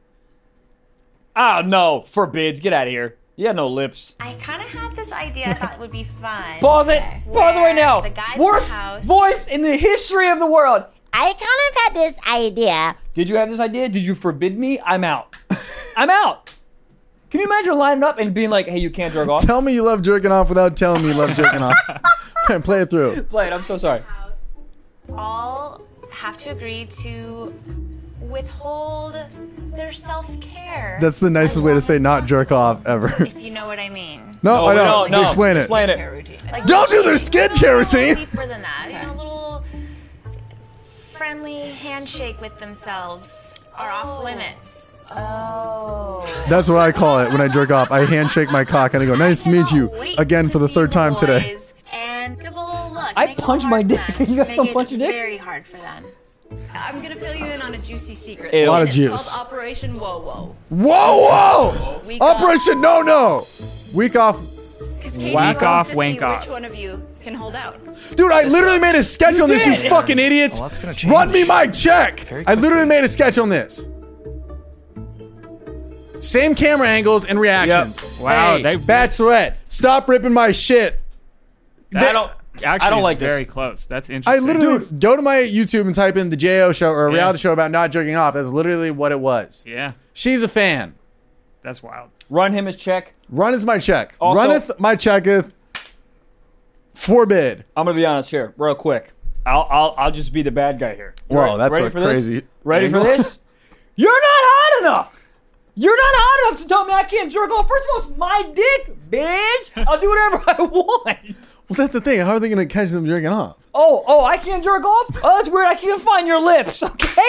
[SPEAKER 1] Oh, no. Forbids. Get out of here. You had no lips.
[SPEAKER 5] I kind of had this idea I thought would be fun.
[SPEAKER 1] Pause it.
[SPEAKER 5] Okay.
[SPEAKER 1] Pause it right now.
[SPEAKER 5] The guys in the
[SPEAKER 1] Worst
[SPEAKER 5] house-
[SPEAKER 1] voice in the history of the world.
[SPEAKER 6] I kind of had this idea.
[SPEAKER 1] Did you have this idea? Did you forbid me? I'm out. I'm out. Can you imagine lining up and being like, hey, you can't jerk off?
[SPEAKER 2] Tell me you love jerking off without telling me you love jerking off. And play it through.
[SPEAKER 1] Play it. I'm so sorry.
[SPEAKER 5] All have to agree to withhold their self care.
[SPEAKER 2] That's the nicest way to say not jerk off ever.
[SPEAKER 5] If you know what I mean.
[SPEAKER 2] No, I
[SPEAKER 1] we
[SPEAKER 2] know.
[SPEAKER 1] don't, Oh, no.
[SPEAKER 2] Explain it.
[SPEAKER 1] Explain it.
[SPEAKER 5] Like,
[SPEAKER 2] Don't do their
[SPEAKER 5] a
[SPEAKER 2] skincare
[SPEAKER 5] little
[SPEAKER 2] routine.
[SPEAKER 5] Deeper than that. You know, a little friendly handshake with themselves are off limits.
[SPEAKER 2] That's what I call it when I jerk off. I handshake my cock and I go, "Nice to meet you
[SPEAKER 5] Wait
[SPEAKER 2] again
[SPEAKER 5] to
[SPEAKER 2] for the
[SPEAKER 5] see
[SPEAKER 2] third time today."
[SPEAKER 5] boys And give a little look.
[SPEAKER 1] I
[SPEAKER 5] Make it
[SPEAKER 1] punch
[SPEAKER 5] hard
[SPEAKER 1] my
[SPEAKER 5] for
[SPEAKER 1] dick.
[SPEAKER 5] them.
[SPEAKER 1] You guys
[SPEAKER 5] Make
[SPEAKER 1] don't
[SPEAKER 5] it
[SPEAKER 1] punch your dick?
[SPEAKER 5] Very hard for them.
[SPEAKER 7] I'm gonna fill you in on a juicy secret.
[SPEAKER 1] Ew. A lot
[SPEAKER 2] of
[SPEAKER 7] it's
[SPEAKER 2] juice.
[SPEAKER 7] called Operation Whoa Whoa.
[SPEAKER 2] Whoa, whoa!
[SPEAKER 7] Week off.
[SPEAKER 2] Operation No No. Week off,
[SPEAKER 7] Because Katie
[SPEAKER 2] Whack
[SPEAKER 7] wants
[SPEAKER 3] off,
[SPEAKER 7] to
[SPEAKER 3] wank
[SPEAKER 7] see
[SPEAKER 3] off.
[SPEAKER 7] which one of you can hold out.
[SPEAKER 2] dude! I literally made a sketch on this. You
[SPEAKER 1] did.
[SPEAKER 2] fucking idiots!
[SPEAKER 8] that's gonna change.
[SPEAKER 2] Run me my check. I literally made a sketch on this. Same camera angles and reactions.
[SPEAKER 3] Wow,
[SPEAKER 2] Hey,
[SPEAKER 3] they-
[SPEAKER 2] Bachelorette, stop ripping my shit.
[SPEAKER 3] I don't. Actually,
[SPEAKER 1] I don't
[SPEAKER 3] it's
[SPEAKER 1] like this.
[SPEAKER 3] very close. That's
[SPEAKER 2] I
[SPEAKER 3] interesting.
[SPEAKER 2] literally go to my YouTube and type in the JO show or a
[SPEAKER 3] Yeah.
[SPEAKER 2] reality show about not jerking off. That's literally what it was.
[SPEAKER 3] Yeah,
[SPEAKER 2] She's a fan.
[SPEAKER 3] that's wild.
[SPEAKER 1] Run him his check.
[SPEAKER 2] Run is my check.
[SPEAKER 1] Also-
[SPEAKER 2] Runneth my checketh. Forbid.
[SPEAKER 1] I'm gonna be honest here, real quick. I'll I'll, I'll just be the bad guy here. You
[SPEAKER 2] Whoa,
[SPEAKER 1] re-
[SPEAKER 2] that's
[SPEAKER 1] ready
[SPEAKER 2] a
[SPEAKER 1] for this?
[SPEAKER 2] crazy
[SPEAKER 1] Ready for
[SPEAKER 2] angle.
[SPEAKER 1] this? You're not hot enough. You're not hot enough to tell me I can't jerk off. First of all, it's my dick, bitch. I'll do whatever I want.
[SPEAKER 2] Well, that's the thing. How are they going to catch them jerking off?
[SPEAKER 1] Oh, oh, I can't jerk off? Oh, that's weird. I can't find your lips, okay?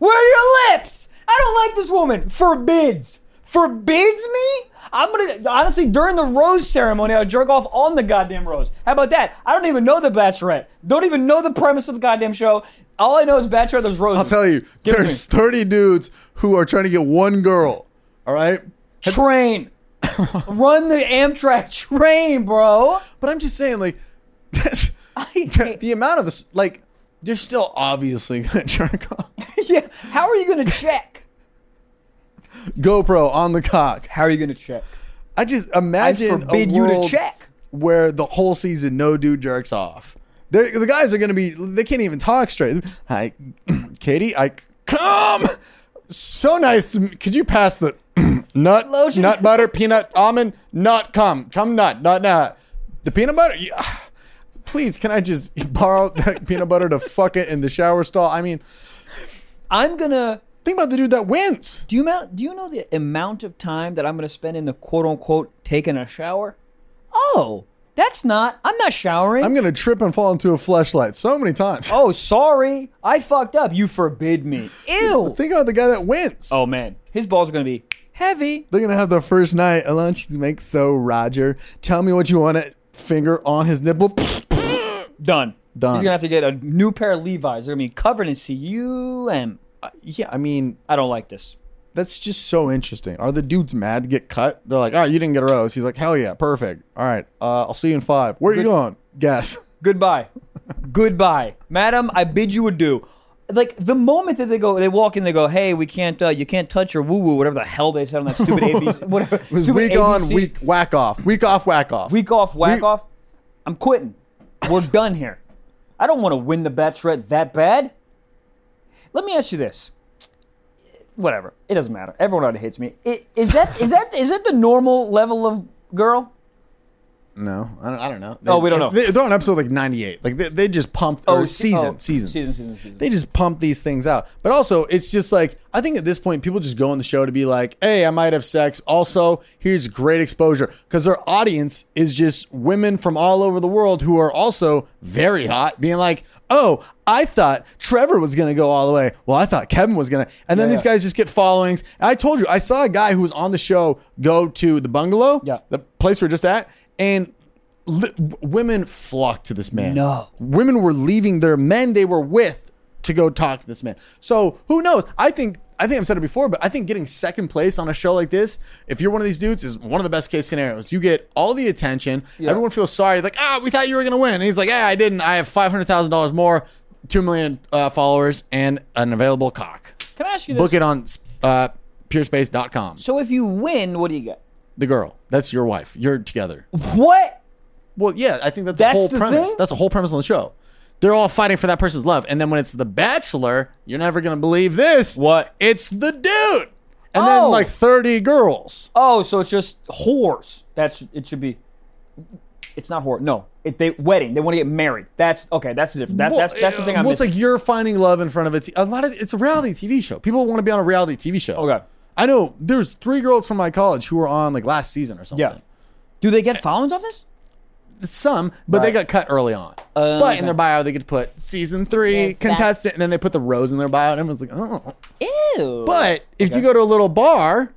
[SPEAKER 1] Where are your lips? I don't like this woman. Forbids. Forbids me? I'm gonna, honestly, during the rose ceremony, I'll jerk off on the goddamn rose. How about that? I don't even know the bachelorette. Don't even know the premise of the goddamn show. All I know is bachelorette, there's roses.
[SPEAKER 2] I'll tell you,
[SPEAKER 1] Give it to
[SPEAKER 2] there's 30 dudes who are trying to get one girl. All right?
[SPEAKER 1] Train. Run the Amtrak train, bro.
[SPEAKER 2] But I'm just saying, like, the,
[SPEAKER 1] hate-
[SPEAKER 2] the amount of, us- like, they're still obviously going to jerk off.
[SPEAKER 1] Yeah. How are you gonna check?
[SPEAKER 2] GoPro on the cock.
[SPEAKER 1] How are you gonna check?
[SPEAKER 2] I just
[SPEAKER 1] I
[SPEAKER 2] imagine
[SPEAKER 1] forbid
[SPEAKER 2] a
[SPEAKER 1] you
[SPEAKER 2] world
[SPEAKER 1] to check.
[SPEAKER 2] where the whole season no dude jerks off. They're, the guys are going to be, they can't even talk straight. Hi, Katie, I come. So nice. Could you pass the nut,
[SPEAKER 1] Lotion.
[SPEAKER 2] nut butter, peanut, almond, nut, come, come, nut, nut, nut. The peanut butter? Yeah. Please, can I just borrow that peanut butter to fuck it in the shower stall? I mean,
[SPEAKER 1] I'm gonna
[SPEAKER 2] think about the dude that wins.
[SPEAKER 1] Do you amount, do you know the amount of time that I'm going to spend in the quote unquote taking a shower? Oh, that's not. I'm not showering.
[SPEAKER 2] I'm going to trip and fall into a fleshlight so many times.
[SPEAKER 1] oh, sorry. I fucked up. You forbid me. Ew.
[SPEAKER 2] Think about the guy that wins.
[SPEAKER 1] oh man, his ball's going to be heavy.
[SPEAKER 2] They're gonna have their first night at lunch. They Make so Roger. Tell me what you want to finger on his nipple.
[SPEAKER 1] Done.
[SPEAKER 2] Done.
[SPEAKER 1] He's going to have to get a new pair of Levi's. They're going to be covered in cum.
[SPEAKER 2] yeah, I mean
[SPEAKER 1] I don't like this.
[SPEAKER 2] that's just so interesting. Are the dudes mad to get cut? They're like, all right, you didn't get a rose. He's like, hell yeah, perfect. All right, uh, I'll see you in five. Where are you going? Guess.
[SPEAKER 1] Goodbye. Goodbye. Madam, I bid you adieu. Like the moment that they go, they walk in, they go, "Hey, we can't, uh, you can't touch your woo woo, whatever the hell they said on that stupid ABC, whatever."
[SPEAKER 2] It was
[SPEAKER 1] stupid
[SPEAKER 2] week on,
[SPEAKER 1] ABC.
[SPEAKER 2] week whack off, week off, whack off.
[SPEAKER 1] week off, whack
[SPEAKER 2] We-
[SPEAKER 1] off. I'm quitting. We're done here. I don't want to win the bachelorette that bad. Let me ask you this. Whatever. It doesn't matter. Everyone already hates me. I- Is that is that is that the normal level of girl?
[SPEAKER 2] No, I don't, I don't know.
[SPEAKER 1] Oh, we don't know.
[SPEAKER 2] They, they're on episode like 98. Like they, they just pumped. Oh, season,
[SPEAKER 1] oh,
[SPEAKER 2] season,
[SPEAKER 1] season, season, season.
[SPEAKER 2] they just pump these things out. But also, it's just like I think at this point, people just go on the show to be like, "Hey, I might have sex." Also, here's great exposure because their audience is just women from all over the world who are also very hot, being like, "Oh, I thought Trevor was gonna go all the way. Well, I thought Kevin was gonna." And then
[SPEAKER 1] Yeah,
[SPEAKER 2] these
[SPEAKER 1] yeah.
[SPEAKER 2] guys just get followings. And I told you, I saw a guy who was on the show go to the bungalow,
[SPEAKER 1] Yeah.
[SPEAKER 2] the place we're just at, and li- w- women flocked to this man.
[SPEAKER 1] No.
[SPEAKER 2] Women were leaving their men they were with to go talk to this man. So who knows? I think I think I've said it before, but I think getting second place on a show like this, if you're one of these dudes, is one of the best case scenarios. You get all the attention. Everyone feels sorry. Like, ah, we thought you were gonna win. And he's like, yeah, I didn't. I have five hundred thousand dollars more, two million uh, followers, and an available cock.
[SPEAKER 1] Can I ask you this?
[SPEAKER 2] Book it on uh, purespace.com.
[SPEAKER 1] So if you win, what do you get?
[SPEAKER 2] The girl, that's your wife. You're together.
[SPEAKER 1] What?
[SPEAKER 2] Well, yeah, I think that's,
[SPEAKER 1] That's
[SPEAKER 2] the whole
[SPEAKER 1] the
[SPEAKER 2] premise.
[SPEAKER 1] thing?
[SPEAKER 2] That's the whole premise on the show. They're all fighting for that person's love, and then when it's the bachelor, you're never gonna believe this.
[SPEAKER 1] What?
[SPEAKER 2] It's the dude, and
[SPEAKER 1] Oh.
[SPEAKER 2] then like thirty girls.
[SPEAKER 1] Oh, so it's just whores. That's it should be. It's not whore. No, it, they wedding. They want to get married. That's okay. That's the different. That,
[SPEAKER 2] Well,
[SPEAKER 1] that's that's the thing
[SPEAKER 2] uh,
[SPEAKER 1] I'm
[SPEAKER 2] well, it's
[SPEAKER 1] missing.
[SPEAKER 2] like you're finding love in front of it. A lot of it's a reality TV show. People want to be on a reality TV show.
[SPEAKER 1] Okay.
[SPEAKER 2] I know there's three girls from my college who were on like last season or something.
[SPEAKER 1] yeah. Do they get followings off this?
[SPEAKER 2] Some, but they
[SPEAKER 1] Right.
[SPEAKER 2] got cut early on.
[SPEAKER 1] Uh,
[SPEAKER 2] but
[SPEAKER 1] okay.
[SPEAKER 2] in their bio, they could put season three
[SPEAKER 6] Yes, that-
[SPEAKER 2] contestant, and then they put the rose in their bio, and everyone's like, oh.
[SPEAKER 1] Ew.
[SPEAKER 2] But if you go to a little bar,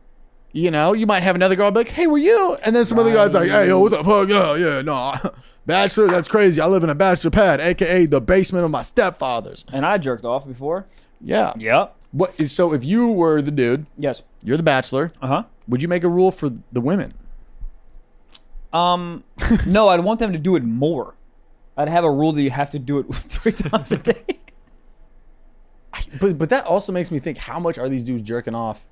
[SPEAKER 2] you know, you might have another girl be like, "Hey, were you?" And then some other guy's like, "Hey, yo, what the fuck? Yeah, yeah, no, bachelor. That's crazy. I live in a bachelor pad, aka the basement of my stepfather's."
[SPEAKER 1] and I jerked off before.
[SPEAKER 2] Yeah.
[SPEAKER 1] Yep.
[SPEAKER 2] What? So if you were the dude,
[SPEAKER 1] Yes.
[SPEAKER 2] you're the bachelor.
[SPEAKER 1] Uh
[SPEAKER 2] Would you make a rule for the women?
[SPEAKER 1] huh. Um, no, I'd want them to do it more. I'd have a rule that you have to do it three times a day.
[SPEAKER 2] But but that also makes me think: How much are these dudes jerking off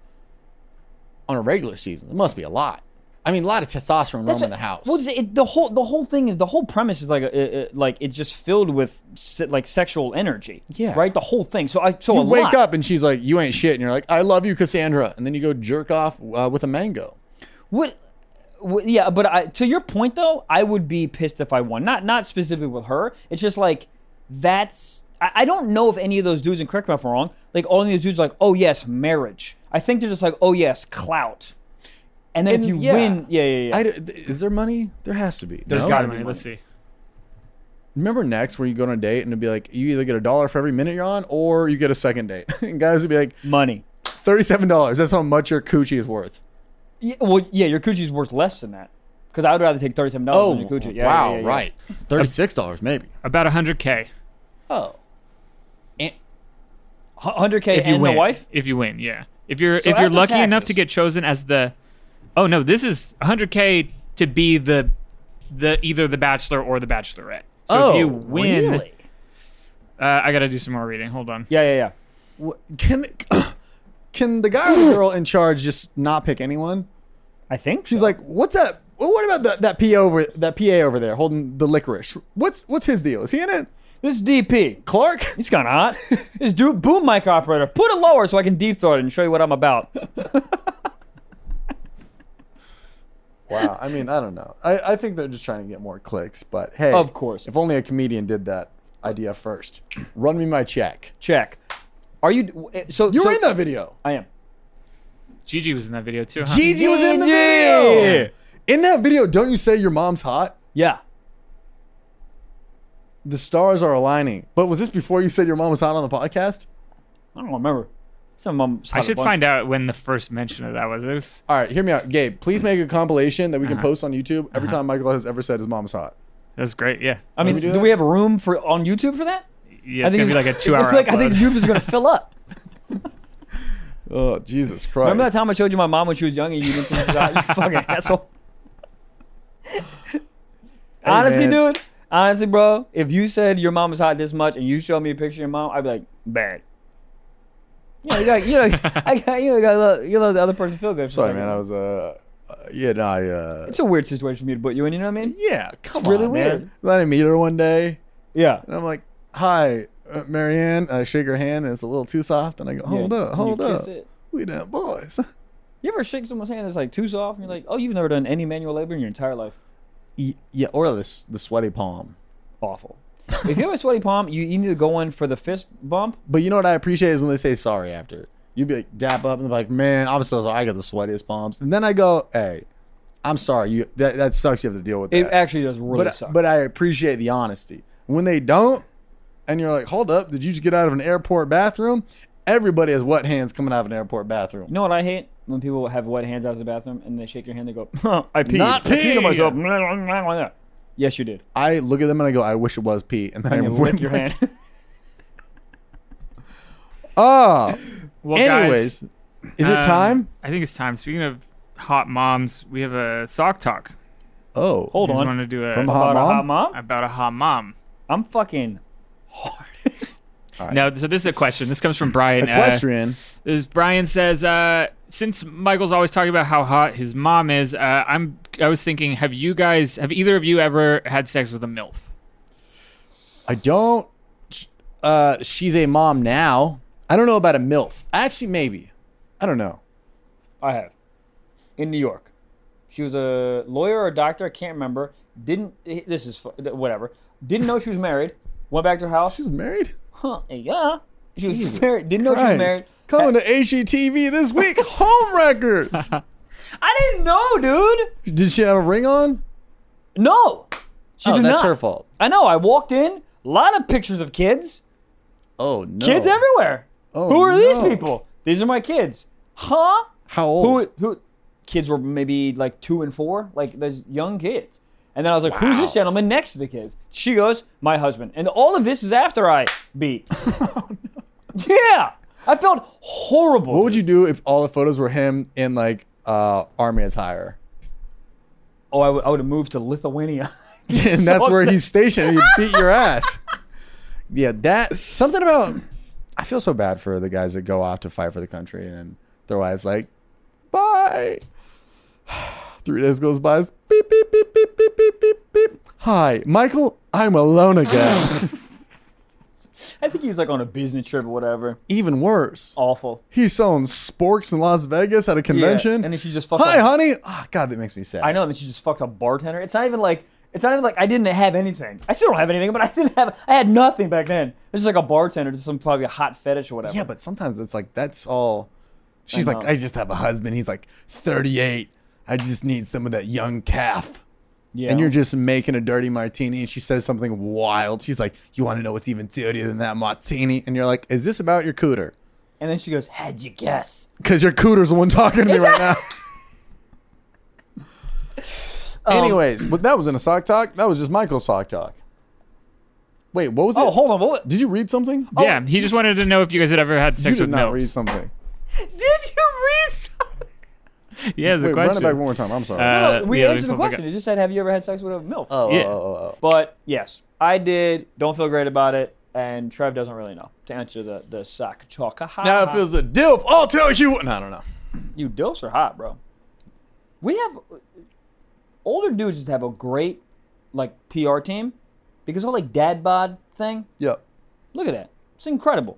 [SPEAKER 2] on a regular season. It must be a lot. I mean, a lot of testosterone roaming the house.
[SPEAKER 1] Well, it's- it, the whole the whole thing is the whole premise is like a, it- it- like it's just filled with se- like sexual energy.
[SPEAKER 2] Yeah.
[SPEAKER 1] Right. The whole thing. So I so
[SPEAKER 2] you
[SPEAKER 1] a
[SPEAKER 2] wake
[SPEAKER 1] lot.
[SPEAKER 2] up and she's like, "You ain't shit," and you're like, "I love you, Cassandra," and then you go jerk off uh, with a mango.
[SPEAKER 1] What? what- Yeah, but I, to your point though, I would be pissed if I won. Not not specifically with her. It's just like that's. I, I don't know if any of those dudes, and correct me if I'm wrong. Like all of these dudes, are like oh yes, marriage. I think they're just like oh yes, clout. And then
[SPEAKER 2] And
[SPEAKER 1] if you
[SPEAKER 2] yeah,
[SPEAKER 1] win, yeah, yeah, yeah.
[SPEAKER 2] I d- is there money? There has to be.
[SPEAKER 3] There's
[SPEAKER 2] no?
[SPEAKER 3] gotta be. Let's see.
[SPEAKER 2] Remember next where you go on a date and it'd be like you either get a dollar for every minute you're on or you get a second date. and guys would be like,
[SPEAKER 1] Money.
[SPEAKER 2] thirty-seven dollars. That's how much your coochie is worth.
[SPEAKER 1] Yeah, well, yeah, your coochie's worth less than that. Because I would rather take thirty-seven dollars than Oh, your coochie. Yeah,
[SPEAKER 2] Oh, wow,
[SPEAKER 1] yeah, yeah, yeah.
[SPEAKER 2] right? Thirty-six dollars maybe.
[SPEAKER 3] About 100k.
[SPEAKER 2] Oh,
[SPEAKER 1] Hundred k
[SPEAKER 3] if you
[SPEAKER 1] and
[SPEAKER 3] win.
[SPEAKER 1] the wife.
[SPEAKER 3] If you win, yeah. If you're
[SPEAKER 1] So
[SPEAKER 3] if you're
[SPEAKER 1] after
[SPEAKER 3] lucky enough to
[SPEAKER 1] taxes-
[SPEAKER 3] get chosen as the, oh no, this is 100k to be the, the either the bachelor or the bachelorette. So
[SPEAKER 2] Oh,
[SPEAKER 3] if you win,
[SPEAKER 1] really?
[SPEAKER 3] uh, I gotta do some more reading. Hold on.
[SPEAKER 1] Yeah, yeah, yeah.
[SPEAKER 2] can the, can the guy or the girl in charge just not pick anyone?
[SPEAKER 1] I think
[SPEAKER 2] She's
[SPEAKER 1] so.
[SPEAKER 2] like, what's that? well, What about that that PA over that PA over there holding the licorice? What's what's his deal? Is he in it?
[SPEAKER 1] this is DP.
[SPEAKER 2] Clark?
[SPEAKER 1] He's kind of hot. this dude, boom mic operator, put it lower so I can deep throat it and show you what I'm about.
[SPEAKER 2] Wow. I mean, I don't know. I, I think they're just trying to get more clicks, but hey,
[SPEAKER 1] Of course.
[SPEAKER 2] If only a comedian did that idea first. Run me my check.
[SPEAKER 1] Check. Are you? eh, So
[SPEAKER 2] You
[SPEAKER 1] so-
[SPEAKER 2] were in that video.
[SPEAKER 1] I am.
[SPEAKER 3] Gigi was in that video too. Huh?
[SPEAKER 2] Gigi was in the video. In that video, don't you say your mom's hot?
[SPEAKER 1] Yeah.
[SPEAKER 2] The stars are aligning. But was this before you said your mom was hot on the podcast?
[SPEAKER 1] I don't remember. Some of them.
[SPEAKER 3] I should find out when the first mention of that was. It was
[SPEAKER 2] All right, hear me out, Gabe. Please make a compilation that we
[SPEAKER 1] Uh-huh.
[SPEAKER 2] can post on YouTube every time Michael has ever said his mom's hot.
[SPEAKER 3] that's great. Yeah.
[SPEAKER 1] I mean,
[SPEAKER 2] we do
[SPEAKER 1] do,
[SPEAKER 2] that?
[SPEAKER 1] we have room for on YouTube for that?
[SPEAKER 3] Yeah, it's gonna be like a two-hour.
[SPEAKER 1] Like, I think
[SPEAKER 3] upload.
[SPEAKER 1] YouTube's gonna fill up.
[SPEAKER 2] Oh Jesus Christ!
[SPEAKER 1] Remember that time I showed you my mom when she was young and you didn't think she was out? You fucking asshole. honestly,
[SPEAKER 2] man.
[SPEAKER 1] dude. Honestly, bro. If you said your mom was hot this much and you showed me a picture of your mom, I'd be like, bad. Yeah, you got, you know, I got, you know, got let- you let the other person feel good. For a
[SPEAKER 2] Sorry,
[SPEAKER 1] second.
[SPEAKER 2] man. I was uh, uh yeah, no, I uh,
[SPEAKER 1] It's a weird situation for me to put you in. You know what I mean?
[SPEAKER 2] yeah. Come
[SPEAKER 1] really
[SPEAKER 2] on,
[SPEAKER 1] weird.
[SPEAKER 2] man. Then I meet her one day,
[SPEAKER 1] Yeah.
[SPEAKER 2] and I'm like, "Hi, uh, Marianne." I shake her hand, and it's a little too soft, and I go, "Hold
[SPEAKER 1] Yeah,
[SPEAKER 2] up,
[SPEAKER 1] you
[SPEAKER 2] hold
[SPEAKER 1] kiss
[SPEAKER 2] up,
[SPEAKER 1] it.
[SPEAKER 2] we not boys."
[SPEAKER 1] You ever shake someone's hand that's like too soft, and you're like, "Oh, you've never done any manual labor in your entire life."
[SPEAKER 2] Y- yeah, or this the sweaty palm.
[SPEAKER 1] Awful. if you have a sweaty palm, you, you need to go in for the fist bump.
[SPEAKER 2] But you know what I appreciate is when they say sorry after. You'd be like, dap up and be like, man, I'm so sorry. I got the sweatiest palms. And then I go, hey, I'm sorry. You that, that sucks. You have to deal with
[SPEAKER 1] It
[SPEAKER 2] that.
[SPEAKER 1] actually does really
[SPEAKER 2] but, uh,
[SPEAKER 1] suck.
[SPEAKER 2] but I appreciate the honesty. When they don't, and you're like, hold up, did you just get out of an airport bathroom? Everybody has wet hands coming out of an airport bathroom.
[SPEAKER 1] You know what I hate? When people have wet hands out of the bathroom and they shake your hand, they go, "I peed.
[SPEAKER 2] Not
[SPEAKER 1] I peed on
[SPEAKER 2] pee.
[SPEAKER 1] myself." yes, you did.
[SPEAKER 2] I look at them and I go, I wish it was pee. And then I
[SPEAKER 1] And you lick
[SPEAKER 2] went
[SPEAKER 1] your hand.
[SPEAKER 2] Oh,
[SPEAKER 3] Well, guys,
[SPEAKER 2] anyways, is it
[SPEAKER 3] um,
[SPEAKER 2] time?
[SPEAKER 3] I think it's time. Speaking of hot moms, we have a sock talk.
[SPEAKER 2] Oh,
[SPEAKER 1] Hold
[SPEAKER 3] I just
[SPEAKER 1] on.
[SPEAKER 3] want to do a
[SPEAKER 2] From
[SPEAKER 1] About a
[SPEAKER 2] Hot
[SPEAKER 1] hot mom?
[SPEAKER 3] about a hot mom.
[SPEAKER 1] I'm fucking.
[SPEAKER 3] No, so this is a question. This comes from Brian. Uh,
[SPEAKER 2] equestrian.
[SPEAKER 3] This Brian says, uh, since Michael's always talking about how hot his mom is, uh, I'm I was thinking, have you guys, have either of you ever had sex with a milf?
[SPEAKER 2] I don't. Uh, she's a mom now. I don't know about a milf. Actually, maybe. I don't know.
[SPEAKER 1] I have. In New York, she was a lawyer or a doctor. I can't remember. Didn't. This is fu- whatever. Didn't know she was married. Went back to her house.
[SPEAKER 2] She's married.
[SPEAKER 1] Huh, yeah. She was married. Didn't know she was
[SPEAKER 2] Christ.
[SPEAKER 1] married.
[SPEAKER 2] Coming to HGTV this week, home records.
[SPEAKER 1] I didn't know, dude.
[SPEAKER 2] Did she have a ring on?
[SPEAKER 1] No. She
[SPEAKER 2] oh,
[SPEAKER 1] did
[SPEAKER 2] that's
[SPEAKER 1] not.
[SPEAKER 2] her fault.
[SPEAKER 1] I know. I walked in. A lot of pictures of kids.
[SPEAKER 2] Oh no.
[SPEAKER 1] Kids everywhere.
[SPEAKER 2] Oh,
[SPEAKER 1] who are these
[SPEAKER 2] no.
[SPEAKER 1] people? These are my kids. Huh?
[SPEAKER 2] How old?
[SPEAKER 1] Who? Who? Kids were maybe like two and four, like those young kids. And then I was like, "Who's this gentleman next to the kids?" She goes, "My husband." And all of this is after I beat. Yeah, I felt horrible.
[SPEAKER 2] Oh, what would you do if all the photos were him in like uh, Army is Higher?
[SPEAKER 1] Oh, I would have moved to Lithuania.
[SPEAKER 2] and that's where he's stationed. You beat your ass. Yeah, that something about. I feel so bad for the guys that go off to fight for the country and their wives like, Bye. Three days goes by. It's Beep, beep, beep, beep, beep, beep, beep, beep. Hi, Michael, I'm alone again.
[SPEAKER 1] I think he was like on a business trip or whatever.
[SPEAKER 2] Even worse.
[SPEAKER 1] Awful.
[SPEAKER 2] He's selling sporks in Las Vegas at a convention.
[SPEAKER 1] and then she just fucked
[SPEAKER 2] Hi,
[SPEAKER 1] up.
[SPEAKER 2] honey. Ah, God, that makes me sad.
[SPEAKER 1] I know, and she just fucked a bartender. It's not even like it's not even like I didn't have anything. I still don't have anything, but I didn't have I had nothing back then. It's just like a bartender to some probably a hot fetish or whatever.
[SPEAKER 2] Yeah, but sometimes it's like that's all. She's like,
[SPEAKER 1] know.
[SPEAKER 2] I just have a husband. He's like 38. I just need some of that young calf.
[SPEAKER 1] yeah.
[SPEAKER 2] And you're just making a dirty martini, and she says something wild. She's like, "You want to know what's even dirtier than that martini?" And you're like, "Is this about your cooter?"
[SPEAKER 1] and then she goes, "How'd you guess?"
[SPEAKER 2] Because your cooter's the one talking to me right now. Anyways, but that wasn't a sock talk. That was just Michael's sock talk. Wait, what was it?
[SPEAKER 1] Oh, hold on. What
[SPEAKER 2] Did you read something?
[SPEAKER 3] yeah, he just wanted to know if you guys had ever had
[SPEAKER 2] Oh, you
[SPEAKER 3] sex
[SPEAKER 2] did
[SPEAKER 3] with
[SPEAKER 2] not read
[SPEAKER 3] milfs.
[SPEAKER 2] something.
[SPEAKER 1] did you read?
[SPEAKER 3] Yeah, the
[SPEAKER 2] Wait,
[SPEAKER 3] question.
[SPEAKER 2] run it back one more time. I'm sorry.
[SPEAKER 3] Uh,
[SPEAKER 1] No, we
[SPEAKER 3] yeah, let me
[SPEAKER 1] answered the
[SPEAKER 3] pull it back
[SPEAKER 1] question.
[SPEAKER 3] up.
[SPEAKER 1] It just said, "Have you ever had sex with a milf?"
[SPEAKER 2] oh,
[SPEAKER 3] yeah.
[SPEAKER 2] oh, oh, oh.
[SPEAKER 1] But yes, I did. Don't feel great about it, and Trev doesn't really know to answer the the sock talk. Ha, ha,
[SPEAKER 2] Now, if
[SPEAKER 1] ha.
[SPEAKER 2] it was a dilf, I'll tell you. what- No, I don't know.
[SPEAKER 1] you dilfs are hot, bro. We have older dudes just have a great like PR team because all like dad bod thing.
[SPEAKER 2] Yep.
[SPEAKER 1] Look at that, it's incredible.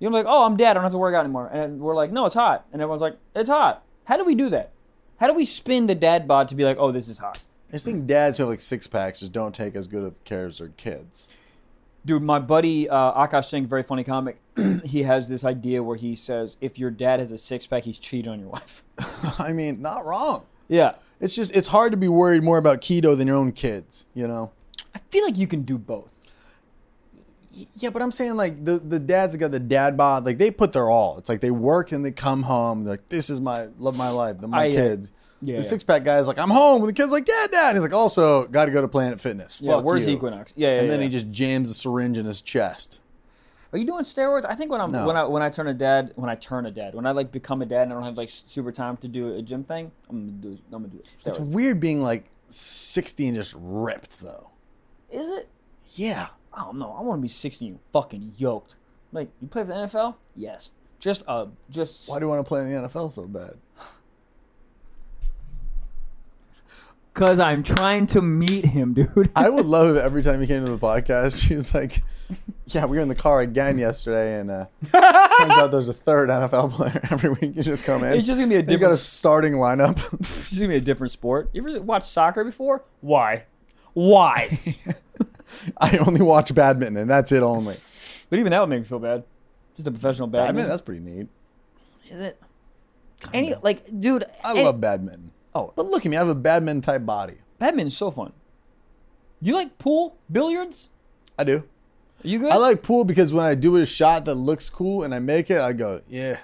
[SPEAKER 1] You're like, oh, I'm dad, I don't have to work out anymore, and we're like, no, it's hot, and everyone's like, it's hot. How do we do that? How do we spin the dad bod to be like, oh, this is hot?
[SPEAKER 2] I just think dads who have like six packs just don't take as good of care as their kids.
[SPEAKER 1] Dude, my buddy uh, Akash Singh, very funny comic. he has this idea where he says if your dad has a six pack, he's cheating on your wife.
[SPEAKER 2] I mean, not wrong.
[SPEAKER 1] yeah,
[SPEAKER 2] It's just it's hard to be worried more about keto than your own kids, you know.
[SPEAKER 1] I feel like you can do both.
[SPEAKER 2] Yeah, but I'm saying like the the dads that got the dad bod, like they put their all. It's like they work and they come home. They're like this is my love, my life, the my
[SPEAKER 1] I, uh,
[SPEAKER 2] kids.
[SPEAKER 1] yeah,
[SPEAKER 2] the
[SPEAKER 1] yeah.
[SPEAKER 2] six pack guy's like I'm home. And the kid's like dad, dad. He's like also got to go to Planet Fitness.
[SPEAKER 1] Yeah,
[SPEAKER 2] Fuck
[SPEAKER 1] where's
[SPEAKER 2] you.
[SPEAKER 1] Equinox? Yeah, yeah.
[SPEAKER 2] And then
[SPEAKER 1] yeah.
[SPEAKER 2] he just jams a syringe in his chest.
[SPEAKER 1] Are you doing steroids? I think when I'm
[SPEAKER 2] No.
[SPEAKER 1] when I when I turn a dad when I turn a dad when I like become a dad and I don't have like super time to do a gym thing, I'm gonna do I'm gonna do steroids.
[SPEAKER 2] It's weird being like 60 and just ripped though.
[SPEAKER 1] Is it?
[SPEAKER 2] Yeah.
[SPEAKER 1] I don't know. I want to be 16 and fucking yoked. Like you play for the NFL? Yes. Just uh, just
[SPEAKER 2] Why do you want to play in the NFL so bad?
[SPEAKER 1] because I'm trying to meet him, dude.
[SPEAKER 2] I would love it every time he came to the podcast. She was like, "Yeah, we were in the car again yesterday, and uh, turns out there's a third NFL player every week. You just come in.
[SPEAKER 1] It's just gonna be a
[SPEAKER 2] You got a
[SPEAKER 1] different-
[SPEAKER 2] starting lineup.
[SPEAKER 1] It's gonna be a different sport. You ever watched soccer before? Why? Why?
[SPEAKER 2] I only watch badminton, and that's it only.
[SPEAKER 1] but even that would make me feel bad. Just a professional
[SPEAKER 2] I mean,
[SPEAKER 1] badminton.
[SPEAKER 2] that's pretty neat.
[SPEAKER 1] is it? Any like, dude?
[SPEAKER 2] I
[SPEAKER 1] any-
[SPEAKER 2] love badminton.
[SPEAKER 1] Oh.
[SPEAKER 2] but look at me. I have a badminton type body.
[SPEAKER 1] badminton's so fun. You like pool, billiards?
[SPEAKER 2] I do.
[SPEAKER 1] Are you good?
[SPEAKER 2] I like pool because when I do a shot that looks cool and I make it, I go, "Yeah,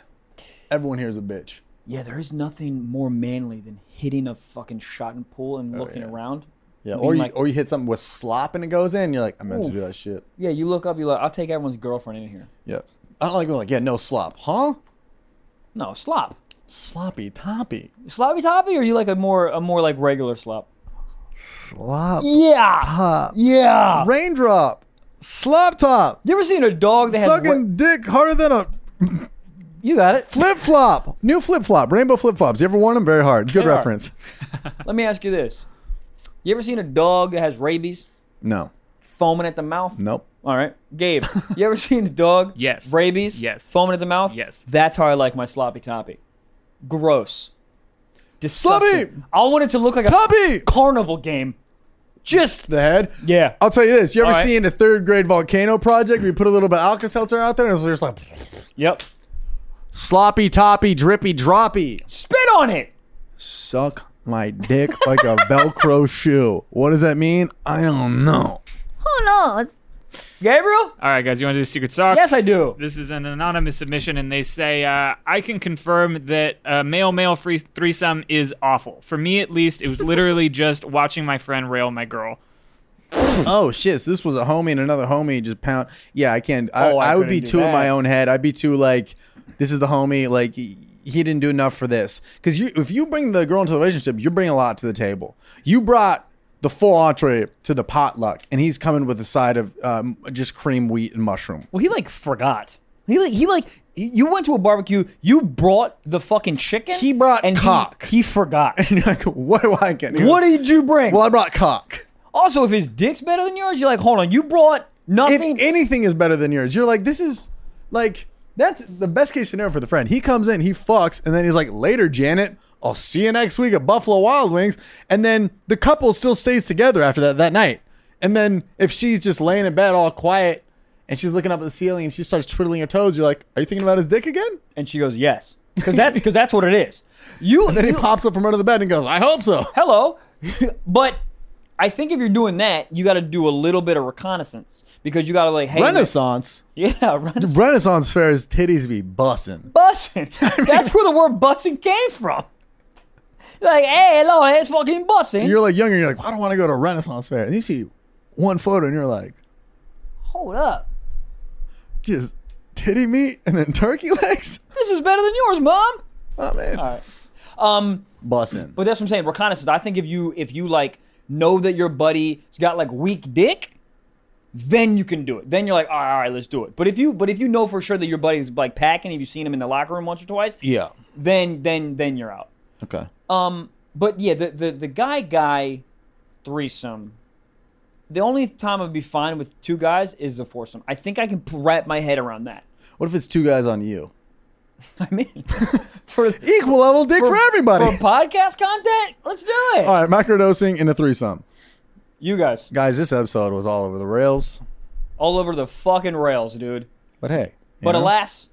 [SPEAKER 2] everyone here's a bitch."
[SPEAKER 1] Yeah, there is nothing more manly than hitting a fucking shot in pool and looking
[SPEAKER 2] yeah.
[SPEAKER 1] around.
[SPEAKER 2] Yeah,
[SPEAKER 1] Being
[SPEAKER 2] or you
[SPEAKER 1] like-
[SPEAKER 2] or you hit something with slop and it goes in. You're like, I meant to
[SPEAKER 1] Oof.
[SPEAKER 2] do that shit.
[SPEAKER 1] Yeah, you look up, you like, I'll take everyone's girlfriend in here.
[SPEAKER 2] Yeah, I don't like going like, yeah, no slop, huh?
[SPEAKER 1] No, slop.
[SPEAKER 2] Sloppy toppy.
[SPEAKER 1] Sloppy toppy, or you like a more a more like regular slop?
[SPEAKER 2] Slop
[SPEAKER 1] Yeah,
[SPEAKER 2] top.
[SPEAKER 1] yeah.
[SPEAKER 2] Raindrop. Slop top.
[SPEAKER 1] You ever seen a dog that has? ra-
[SPEAKER 2] Sucking dick harder than a
[SPEAKER 1] you got it.
[SPEAKER 2] flip flop. New flip flop. Rainbow flip flops. You ever worn them? Very hard. Good
[SPEAKER 1] They are.
[SPEAKER 2] reference.
[SPEAKER 1] Let me ask you this. You ever seen a dog that has rabies
[SPEAKER 2] No.
[SPEAKER 1] foaming at the mouth?
[SPEAKER 2] Nope.
[SPEAKER 1] All right. Gabe, you ever seen a dog?
[SPEAKER 3] Yes.
[SPEAKER 1] Rabies?
[SPEAKER 3] Yes.
[SPEAKER 1] Foaming at the mouth?
[SPEAKER 3] Yes.
[SPEAKER 1] That's how I like my sloppy toppy. Gross. Disgusting.
[SPEAKER 2] Sloppy!
[SPEAKER 1] I want it to look like a
[SPEAKER 2] Toppy.
[SPEAKER 1] carnival game. Just,
[SPEAKER 2] The head.
[SPEAKER 1] yeah.
[SPEAKER 2] I'll tell you this. You ever
[SPEAKER 1] All right.
[SPEAKER 2] seen a third grade volcano project? We put a little bit of Alka Seltzer out there and it's just like
[SPEAKER 1] Yep.
[SPEAKER 2] sloppy toppy drippy droppy.
[SPEAKER 1] Spit on it.
[SPEAKER 2] Suck my dick like a Velcro shoe. What does that mean? I don't know.
[SPEAKER 1] Oh,
[SPEAKER 6] Who knows?
[SPEAKER 1] Gabriel?
[SPEAKER 3] All right, guys, you want to do secret sock?
[SPEAKER 1] Yes, I do.
[SPEAKER 3] This is an anonymous submission, and they say, uh, I can confirm that a male male free threesome is awful. For me, at least, it was literally just watching my friend rail my girl.
[SPEAKER 2] oh shit so this was a homie and another homie just pound yeah i can't i,
[SPEAKER 1] Oh, I
[SPEAKER 2] I, would be
[SPEAKER 1] couldn't do
[SPEAKER 2] too in my
[SPEAKER 1] that.
[SPEAKER 2] own head i'd be too like this is the homie like he, he didn't do enough for this because you if you bring the girl into the relationship you're bringing a lot to the table you brought the full entree to the potluck and he's coming with a side of um, just cream wheat and mushroom
[SPEAKER 1] Well, he like forgot. He like he like you went to a barbecue. You brought the fucking chicken.
[SPEAKER 2] He brought
[SPEAKER 1] and he-
[SPEAKER 2] cock.
[SPEAKER 1] He, forgot.
[SPEAKER 2] And you're like, what do I get?
[SPEAKER 1] what did you bring?
[SPEAKER 2] Well, I brought cock.
[SPEAKER 1] also, if his dick's better than yours, you're like, hold on, you brought
[SPEAKER 2] If
[SPEAKER 1] nothing.
[SPEAKER 2] anything is better than yours, you're like, this is like that's the best case scenario for the friend. He comes in, he fucks, and then he's like, later, Janet. I'll see you next week at Buffalo Wild Wings. And then the couple still stays together after that that night. And then if she's just laying in bed all quiet and she's looking up at the ceiling and she starts twiddling her toes, you're like, Are you thinking about his dick again?
[SPEAKER 1] and she goes, yes, because that's because that's what it is. You
[SPEAKER 2] Then he
[SPEAKER 1] you-
[SPEAKER 2] pops up from under the bed and goes, I hope so.
[SPEAKER 1] hello. but I think if you're doing that, you got to do a little bit of reconnaissance because you got to like, hey,
[SPEAKER 2] Renaissance.
[SPEAKER 1] yeah, run,
[SPEAKER 2] Renaissance fair's titties be bussin'.
[SPEAKER 1] bussing. That's where the word bussing came from. Like, hey, hello, it's fucking bussing.
[SPEAKER 2] You're like younger, you're like, I don't want to go to Renaissance fair. And you see one photo and you're like,
[SPEAKER 1] Hold up,
[SPEAKER 2] just titty meat and then turkey legs?
[SPEAKER 1] this is better than yours, mom.
[SPEAKER 2] Oh man.
[SPEAKER 1] right. Um.
[SPEAKER 2] Bussin'.
[SPEAKER 1] But that's what I'm saying. Reconnaissance. I think if you if you like know that your buddy's got like weak dick, then you can do it. Then you're like, all right, all right, let's do it. But if you but if you know for sure that your buddy's like packing, if you've seen him in the locker room once or twice,
[SPEAKER 2] Yeah.
[SPEAKER 1] then then then you're out.
[SPEAKER 2] Okay.
[SPEAKER 1] Um, but yeah, the the the guy guy threesome. The only time I'd be fine with two guys is the foursome. I think I can p- wrap my head around that.
[SPEAKER 2] What if it's two guys on you?
[SPEAKER 1] I mean, for
[SPEAKER 2] Equal level dick for, everybody.
[SPEAKER 1] for podcast content, let's do it.
[SPEAKER 2] all right, microdosing in a threesome.
[SPEAKER 1] You guys,
[SPEAKER 2] Guys, this episode was all over the rails.
[SPEAKER 1] all over the fucking rails, dude.
[SPEAKER 2] But hey. you
[SPEAKER 1] But
[SPEAKER 2] know?
[SPEAKER 1] alas,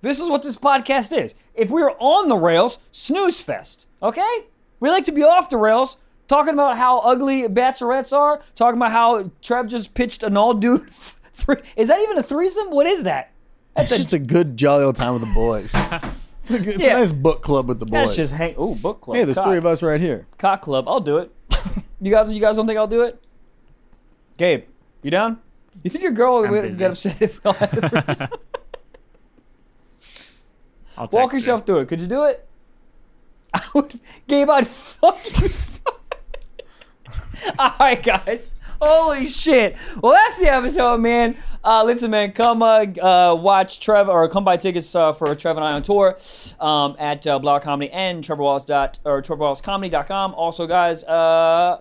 [SPEAKER 1] this is what this podcast is. If we were on the rails, snooze fest, okay? We like to be off the rails, talking about how ugly bachelorettes are, talking about how Trev just pitched an all dude. Three. Is that even a threesome? What is that?
[SPEAKER 2] it's just a good jolly old time with the boys. it's a, it's
[SPEAKER 1] Yeah.
[SPEAKER 2] a nice book club with the boys.
[SPEAKER 1] That's just hang. Ooh, book club.
[SPEAKER 2] hey, there's
[SPEAKER 1] cock,
[SPEAKER 2] three of us right here.
[SPEAKER 1] Cock club. I'll do it. you guys, you guys don't think I'll do it? Gabe, you down? You think your girl
[SPEAKER 3] I'm
[SPEAKER 1] would
[SPEAKER 3] busy.
[SPEAKER 1] get upset if we all had a threesome?
[SPEAKER 3] I'll text
[SPEAKER 1] Walk
[SPEAKER 3] her.
[SPEAKER 1] yourself through it. Could you do it? I would, Gabe. I'd fuck you. so- All right, guys. Holy shit. Well, that's the episode, man. Uh, listen, man, come uh, uh, watch Trevor or come buy tickets uh, for Trevor and I on tour um, at uh, Blower Comedy and Trevor Wallace dot or TrevorWallaceComedy.com. Also, guys, uh,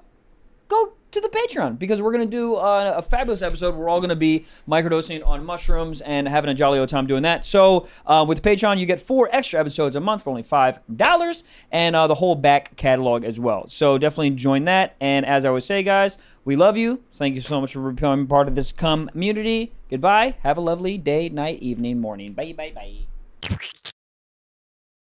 [SPEAKER 1] go to the Patreon because we're gonna do uh, a fabulous episode. We're all gonna be microdosing on mushrooms and having a jolly old time doing that. So uh, with Patreon, you get four extra episodes a month for only five dollars, and uh, the whole back catalog as well. So definitely join that. And as I always say, guys, we love you. Thank you so much for becoming part of this community. Goodbye. Have a lovely day, night, evening, morning. Bye, bye, bye.